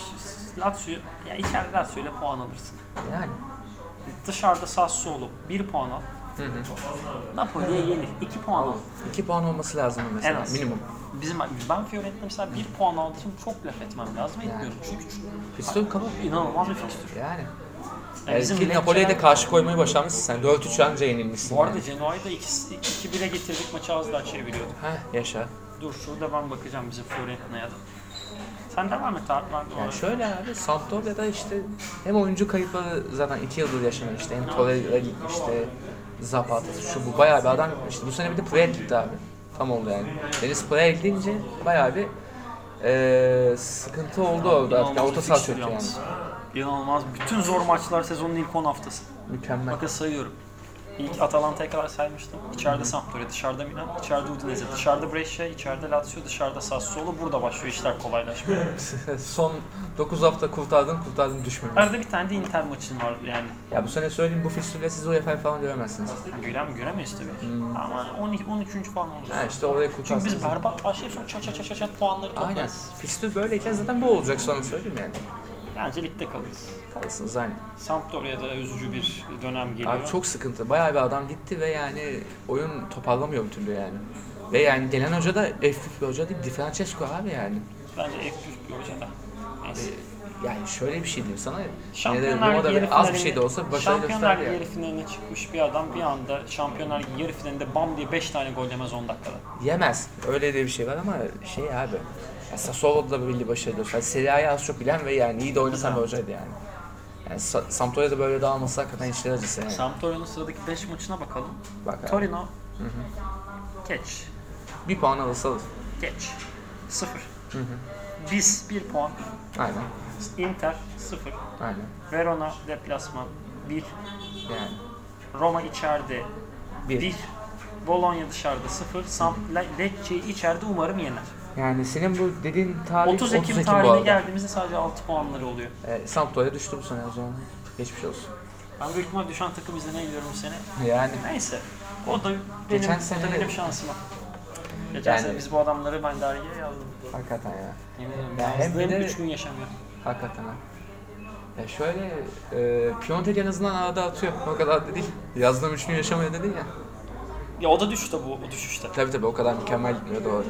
Speaker 1: Lazio, ya içeride Lazio ile puan alırsın.
Speaker 2: Yani.
Speaker 1: Dışarıda Sassuolo 1 puan al.
Speaker 2: Hı hı.
Speaker 1: Napoli'ye yenil 2 puan al.
Speaker 2: 2 puan olması lazım mesela
Speaker 1: En az.
Speaker 2: minimum.
Speaker 1: Bizim ben Fiorentina mesela 1 puan aldığı için çok laf etmem lazım
Speaker 2: Yani.
Speaker 1: etmiyorum. Çünkü çok-
Speaker 2: Pistol kabul.
Speaker 1: inanılmaz bir fikstür.
Speaker 2: Yani.
Speaker 1: Yani
Speaker 2: Yani ki
Speaker 1: Lecce'ler-
Speaker 2: Napoli'ye de karşı koymayı başarmışsın sen. 4-3 anca yenilmişsin.
Speaker 1: Bu arada
Speaker 2: yani.
Speaker 1: Genoa'yı da 2- 2-1'e getirdik maçı az daha çeviriyorduk.
Speaker 2: Heh, yaşa.
Speaker 1: Dur şurada ben bakacağım bizim Fiorentina'ya da. Sen devam et abi ben de
Speaker 2: Yani
Speaker 1: oraya-
Speaker 2: şöyle abi Sampdoria'da işte hem oyuncu kayıpları zaten iki yıldır yaşanıyor işte hem Torreira gitmişti, Zapata şu bu bayağı bir adam işte bu sene bir de Puyol gitti abi. Tam oldu yani. Deniz Puyol gidince bayağı bir eee, sıkıntı oldu orada artık
Speaker 1: İnanılmaz
Speaker 2: orta
Speaker 1: bir
Speaker 2: saha
Speaker 1: fikstür
Speaker 2: çöktü yani.
Speaker 1: yalnız. İnanılmaz. Bütün zor maçlar sezonun ilk 10 haftası.
Speaker 2: Mükemmel.
Speaker 1: Bakın sayıyorum. İlk Atalanta'ya kadar saymıştım. İçeride Sampdoria, dışarıda Milan, içeride Udinese, dışarıda Brescia, içeride Lazio, dışarıda Sassuolo. Burada başlıyor işler kolaylaşmaya.
Speaker 2: Son 9 hafta kurtardın kurtardın düşmedin.
Speaker 1: Arada bir tane de Inter maçın var yani.
Speaker 2: Ya bu sene söyleyeyim bu fistülle siz UEFA'yı falan göremezsiniz.
Speaker 1: Gülem göremeyiz tabii ki. Ama 12, 13. falan olur.
Speaker 2: Ha işte oraya
Speaker 1: Çünkü
Speaker 2: kurtarsınız.
Speaker 1: biz berbat başlayıp sonra çat çat çat çat çat puanları
Speaker 2: Aynen.
Speaker 1: toplarız.
Speaker 2: Fistül böyleyken zaten bu olacak sana söyleyeyim yani.
Speaker 1: Bence ligde kalırız.
Speaker 2: Kalırsınız aynen.
Speaker 1: Sampdoria'da da üzücü bir dönem geliyor.
Speaker 2: Abi çok sıkıntı. Bayağı bir adam gitti ve yani oyun toparlamıyor bir türlü yani. Ve yani gelen hoca da F1 bir hoca değil, Di Francesco abi yani.
Speaker 1: Bence en büyük bir hocada.
Speaker 2: Ee,
Speaker 1: Neyse.
Speaker 2: Yani şöyle bir şey diyeyim sana. Yine de
Speaker 1: Şampiyonlar
Speaker 2: Roma'da
Speaker 1: Ligi yarı
Speaker 2: bir- az bir
Speaker 1: finaline-
Speaker 2: şey de olsa başarı
Speaker 1: Şampiyonlar
Speaker 2: gösterdi
Speaker 1: Ligi yarı
Speaker 2: yani.
Speaker 1: finaline çıkmış bir adam bir anda Şampiyonlar Ligi yarı finalinde bam diye 5 tane gol yemez 10 dakikada.
Speaker 2: Yemez. Öyle de bir şey var ama şey abi. Ya Sassuolo'da da belli başarı gösterdi. Serie A'yı az çok bilen ve yani iyi de oynasan bir hocaydı yani. Yani Sa- Sampdoria'da böyle dağılması hakikaten işler acısı yani.
Speaker 1: Sampdoria'nın sıradaki 5 maçına bakalım.
Speaker 2: Bak abi,
Speaker 1: Torino. Geç.
Speaker 2: bir puan alırsa alır.
Speaker 1: Geç. 0. Biz 1 puan.
Speaker 2: Aynen.
Speaker 1: Inter 0.
Speaker 2: Aynen.
Speaker 1: Verona deplasman 1.
Speaker 2: Yani.
Speaker 1: Roma içeride
Speaker 2: Bir.
Speaker 1: 1. Bologna dışarıda 0. Samp Le- Lecce'yi içeride umarım yener.
Speaker 2: Yani senin bu dediğin tarih
Speaker 1: 30 Ekim
Speaker 2: bu
Speaker 1: tarihine
Speaker 2: arada.
Speaker 1: geldiğimizde sadece 6 puanları oluyor.
Speaker 2: E, Sampdoria düştü bu sene o zaman. Geçmiş olsun.
Speaker 1: Ben büyük ihtimal düşen takım izlemeye gidiyorum bu sene.
Speaker 2: Yani
Speaker 1: Neyse. O da benim,
Speaker 2: Geçen
Speaker 1: o da
Speaker 2: sene-
Speaker 1: benim şansıma. Geçen
Speaker 2: Yani-
Speaker 1: sene biz bu adamları ben dergiye yazdım.
Speaker 2: hakikaten ya.
Speaker 1: Yemin ederim.
Speaker 2: Ya hem
Speaker 1: Yazdım,
Speaker 2: bir de-
Speaker 1: üç gün yaşamıyor.
Speaker 2: Hakikaten ha. Ya şöyle, e, Piontek en azından arada atıyor. O kadar da değil. Yazdığım üç gün yaşamıyor dedin ya.
Speaker 1: Ya o da düştü bu, o düşüşte.
Speaker 2: Tabii tabii o kadar mükemmel gitmiyor doğru.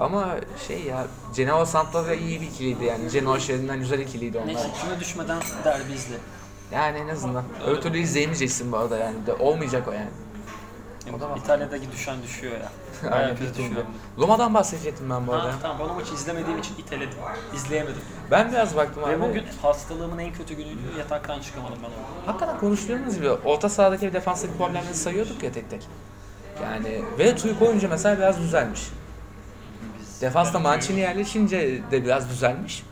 Speaker 2: Ama şey ya, Genoa Sampdoria iyi bir ikiliydi yani. Genoa şehrinden güzel ikiliydi onlar.
Speaker 1: Neyse küme düşmeden derbi izle.
Speaker 2: Yani en azından. Öbür türlü izleyemeyeceksin bu arada yani. De, olmayacak o yani. O da var.
Speaker 1: İtalya'daki düşen düşüyor ya.
Speaker 2: Aynen,
Speaker 1: Bayağı kötü
Speaker 2: bildiğin
Speaker 1: düşüyor.
Speaker 2: Roma'dan bahsedecektim ben bu arada.
Speaker 1: Ha, tamam ben o maçı izlemediğim için iteledim. İzleyemedim.
Speaker 2: Ben biraz baktım abi.
Speaker 1: Ve bugün hastalığımın en kötü günüydü. Yataktan çıkamadım ben onu.
Speaker 2: Hakikaten konuştuğumuz gibi orta sahadaki bir defanstaki problemleri sayıyorduk ya tek tek. Yani ve Tuyuk oyuncu mesela biraz düzelmiş.
Speaker 1: Biz-
Speaker 2: Defansta Mancini yerleşince de biraz düzelmiş.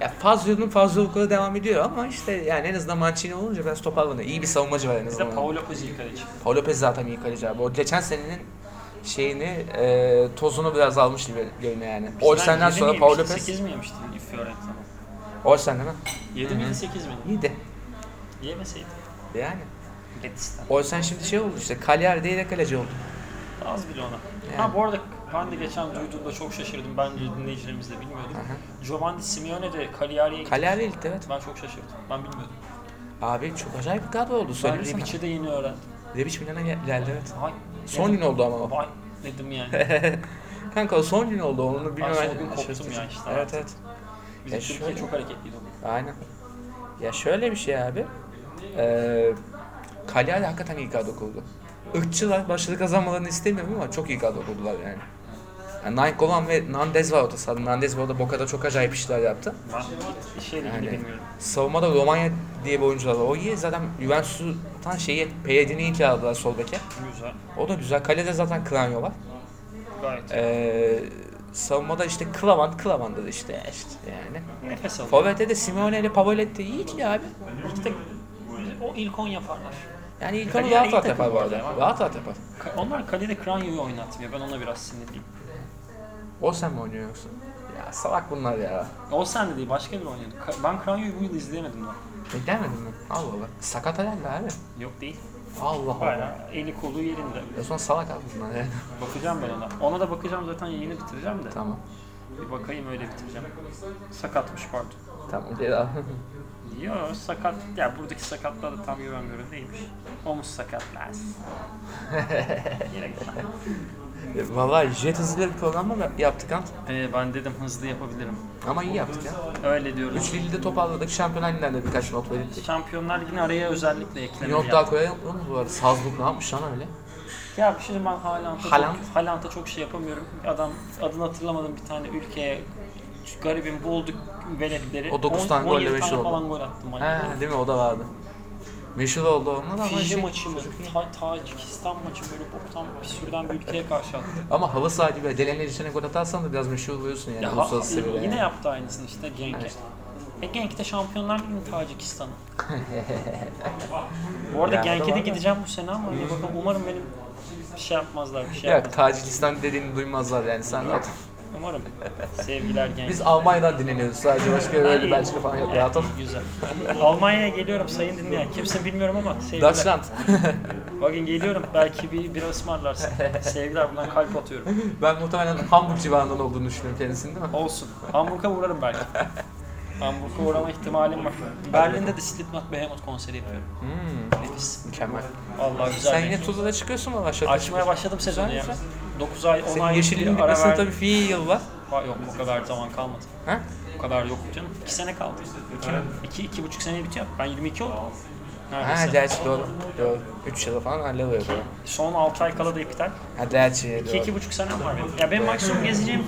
Speaker 2: Ya Fazio'nun fazlalıkları devam ediyor ama işte yani en azından Mancini olunca biraz toparlanıyor. İyi bir savunmacı var en
Speaker 1: Bir de
Speaker 2: azından.
Speaker 1: Paolo Pazzi kaleci.
Speaker 2: Paul Lopez zaten iyi kaleci abi. O geçen senenin şeyini, e, tozunu biraz almış gibi görünüyor yani. Olsen'den
Speaker 1: Bizden
Speaker 2: sonra
Speaker 1: yedi mi
Speaker 2: Paul
Speaker 1: yemişti,
Speaker 2: Lopez.
Speaker 1: sekiz mi yemiştin Fiorentina'da?
Speaker 2: Olsen değil mi?
Speaker 1: 7 miydi 8 miydi?
Speaker 2: İyiydi.
Speaker 1: Yemeseydi.
Speaker 2: Yani.
Speaker 1: Betis'ten.
Speaker 2: Olsen şimdi şey oldu işte. Kalyer değil de kaleci oldu.
Speaker 1: Az bile ona.
Speaker 2: Yani.
Speaker 1: Ha bu arada ben de geçen duyduğumda çok şaşırdım. Ben de dinleyicilerimiz de bilmiyordum.
Speaker 2: Aha.
Speaker 1: Giovanni Simeone de Cagliari'ye gitti.
Speaker 2: Kalyer değil evet.
Speaker 1: Ben çok şaşırdım. Ben bilmiyordum.
Speaker 2: Abi çok acayip bir kadro oldu
Speaker 1: Ben
Speaker 2: söyleyeyim sana.
Speaker 1: Ribic'i de yeni öğrendim.
Speaker 2: Rebic Milan'a gel- geldi evet.
Speaker 1: Vay.
Speaker 2: Son
Speaker 1: dedim.
Speaker 2: gün oldu ama o.
Speaker 1: Vay dedim yani.
Speaker 2: Kanka o son gün oldu onu bilmem.
Speaker 1: son gün koptum
Speaker 2: şaşırtıcı.
Speaker 1: ya işte
Speaker 2: Evet
Speaker 1: artık.
Speaker 2: evet.
Speaker 1: Bizim
Speaker 2: Ya
Speaker 1: Türkiye
Speaker 2: şöyle-
Speaker 1: çok hareketliydi onun.
Speaker 2: Aynen. Ya şöyle bir şey abi. Ee, Cagliari hakikaten iyi kadro kurdu. Irkçılar başarı kazanmalarını istemiyorum ama çok iyi kadro kurdular yani. Yani Nine Golan ve Nandez var orta sahada. Nandez bu arada Boca'da çok acayip işler yaptı.
Speaker 1: Ben şey
Speaker 2: Yani-
Speaker 1: bilmiyorum.
Speaker 2: Savunmada Romanya diye bir oyuncu var. O iyi. Zaten Juventus'tan şeyi Peyadini'yi kiraladılar sol beke.
Speaker 1: Güzel.
Speaker 2: O da güzel. Kalede zaten Kranjo var.
Speaker 1: Gayet.
Speaker 2: Ee, savunmada işte Klavan, Klavan'da da işte işte yani.
Speaker 1: Nefes alıyor.
Speaker 2: Forvet'te de Simeone ile Pavoletti iyi ki abi.
Speaker 1: İşte o ilk 10 yaparlar.
Speaker 2: Yani ilk onu
Speaker 1: Yani
Speaker 2: rahat
Speaker 1: iyi
Speaker 2: rahat
Speaker 1: takım
Speaker 2: yapar bu
Speaker 1: bu
Speaker 2: arada.
Speaker 1: arada.
Speaker 2: Rahat rahat yapar.
Speaker 1: Ka- Onlar kalede Kranjo'yu oynatmıyor. Ben ona biraz sinirliyim.
Speaker 2: O sen mi oynuyor yoksa? Ya salak bunlar ya.
Speaker 1: O sen de değil başka biri oynuyordu. Ka- Ben Kranjo'yu bu yıl izleyemedim lan.
Speaker 2: Beklemedin mi? Allah Allah. Sakat herhalde abi.
Speaker 1: Yok değil.
Speaker 2: Allah Allah.
Speaker 1: Bayağı eli kolu yerinde.
Speaker 2: Ya sonra salak abi bunlar yani.
Speaker 1: Bakacağım ben ona. Ona da bakacağım zaten yayını bitireceğim de.
Speaker 2: tamam.
Speaker 1: Bir bakayım öyle bitireceğim. Sakatmış pardon.
Speaker 2: Tamam gel abi.
Speaker 1: Yo sakat. Ya buradaki sakatlar da tam güven göre değilmiş. Omuz sakatlar. Yine güzel.
Speaker 2: Valla E, jet hızlı bir program mı yaptık Ant?
Speaker 1: Ee, ben dedim hızlı yapabilirim.
Speaker 2: Ama iyi yaptık ya.
Speaker 1: Öyle diyorum.
Speaker 2: Üç ligi de toparladık. Şampiyonlar Ligi'nden de birkaç not belirttik.
Speaker 1: Şampiyonlar Ligi'ni araya özellikle
Speaker 2: Bir
Speaker 1: ekledim.
Speaker 2: not daha koyalım mı bu arada? Salzburg ne yapmış lan öyle?
Speaker 1: Ya bir şey diyeyim, ben Haaland'a
Speaker 2: Haaland.
Speaker 1: çok, Haaland'a çok şey yapamıyorum. Adam adını hatırlamadım bir tane ülkeye şu garibim bulduk veletleri.
Speaker 2: O dokuz
Speaker 1: On-
Speaker 2: tane golle
Speaker 1: 17
Speaker 2: beş
Speaker 1: tane
Speaker 2: oldu.
Speaker 1: falan gol attım. hani.
Speaker 2: He değil mi o da vardı. Meşhur oldu onunla da ama
Speaker 1: Fiji
Speaker 2: şey-
Speaker 1: maçı mı? Ta- Tacikistan maçı böyle boktan bir sürden bir ülkeye karşı attı.
Speaker 2: Ama hava sahibi gibi delenler içine gol atarsan da biraz meşhur oluyorsun yani.
Speaker 1: Ya,
Speaker 2: uluslararası
Speaker 1: ha-
Speaker 2: seviyede
Speaker 1: yine
Speaker 2: yani.
Speaker 1: yaptı aynısını işte Genk'e.
Speaker 2: Evet.
Speaker 1: E Genk de Şampiyonlar Ligi'nin Tacikistan'ı. bu arada
Speaker 2: Ya,
Speaker 1: Genk'e de
Speaker 2: doğru.
Speaker 1: gideceğim bu sene ama ya bakalım umarım benim bir şey yapmazlar bir şey
Speaker 2: Ya
Speaker 1: yapmazlar.
Speaker 2: Tacikistan dediğini duymazlar yani sen rahat. ol.
Speaker 1: Umarım. Sevgiler Genk.
Speaker 2: Biz Almanya'dan dinleniyoruz sadece başka böyle Belçika falan yok rahat ol.
Speaker 1: Güzel. Almanya'ya geliyorum sayın dinleyen. Kimse bilmiyorum ama sevgiler.
Speaker 2: Deutschland.
Speaker 1: Bugün geliyorum. Belki bir bira ısmarlarsın. Sevgiler buradan kalp atıyorum.
Speaker 2: ben muhtemelen Hamburg civarından olduğunu düşünüyorum kendisini değil mi?
Speaker 1: Olsun. Hamburg'a uğrarım belki. Hamburg'a uğrama ihtimalim var. Berlin'de de Slipknot Behemoth konseri yapıyorum.
Speaker 2: Hmm,
Speaker 1: Nefis.
Speaker 2: mükemmel.
Speaker 1: Vallahi güzel.
Speaker 2: Sen
Speaker 1: bir- şey.
Speaker 2: yine Tuzla'da çıkıyorsun mu aşağıda?
Speaker 1: Açmaya başladım sezonu ya.
Speaker 2: Güzel.
Speaker 1: 9 ay, 10
Speaker 2: Senin
Speaker 1: ay
Speaker 2: yeşilin
Speaker 1: bir ara
Speaker 2: bitmesine
Speaker 1: verdim.
Speaker 2: tabii bir yıl var.
Speaker 1: Ha, Yok o kadar zaman kalmadı.
Speaker 2: Ha?
Speaker 1: O kadar yok canım. 2 sene kaldı. 2 iki, iki buçuk sene bitiyor. Ben 22 oldum.
Speaker 2: Ha
Speaker 1: Neredeyse.
Speaker 2: gerçi doğru. Doğru. 3 yıl falan halloluyor bu.
Speaker 1: Son 6 ay kala da iptal.
Speaker 2: Ha gerçi
Speaker 1: 2 iki
Speaker 2: doğru.
Speaker 1: buçuk senem var benim. Ya benim maksimum gezeceğim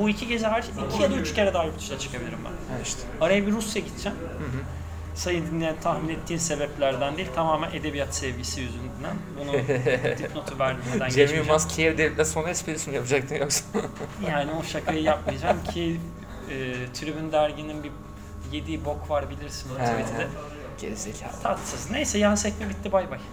Speaker 1: bu iki gezi hariç iki ya da üç kere daha yurt dışına çıkabilirim ben.
Speaker 2: Ha işte.
Speaker 1: Araya bir Rusya gideceğim. Sayın dinleyen tahmin ettiğin sebeplerden değil, tamamen edebiyat sevgisi yüzünden. Bunu dipnotu vermeden
Speaker 2: Cem
Speaker 1: geçmeyeceğim.
Speaker 2: Yılmaz Kiev devletine son esprisini yapacaktın yoksa.
Speaker 1: Yani o şakayı yapmayacağım ki e, Tribün derginin bir yediği bok var bilirsin o
Speaker 2: He.
Speaker 1: tweet'i de.
Speaker 2: Gerizekalı.
Speaker 1: Tatsız. Neyse yan sekme bitti bay bay.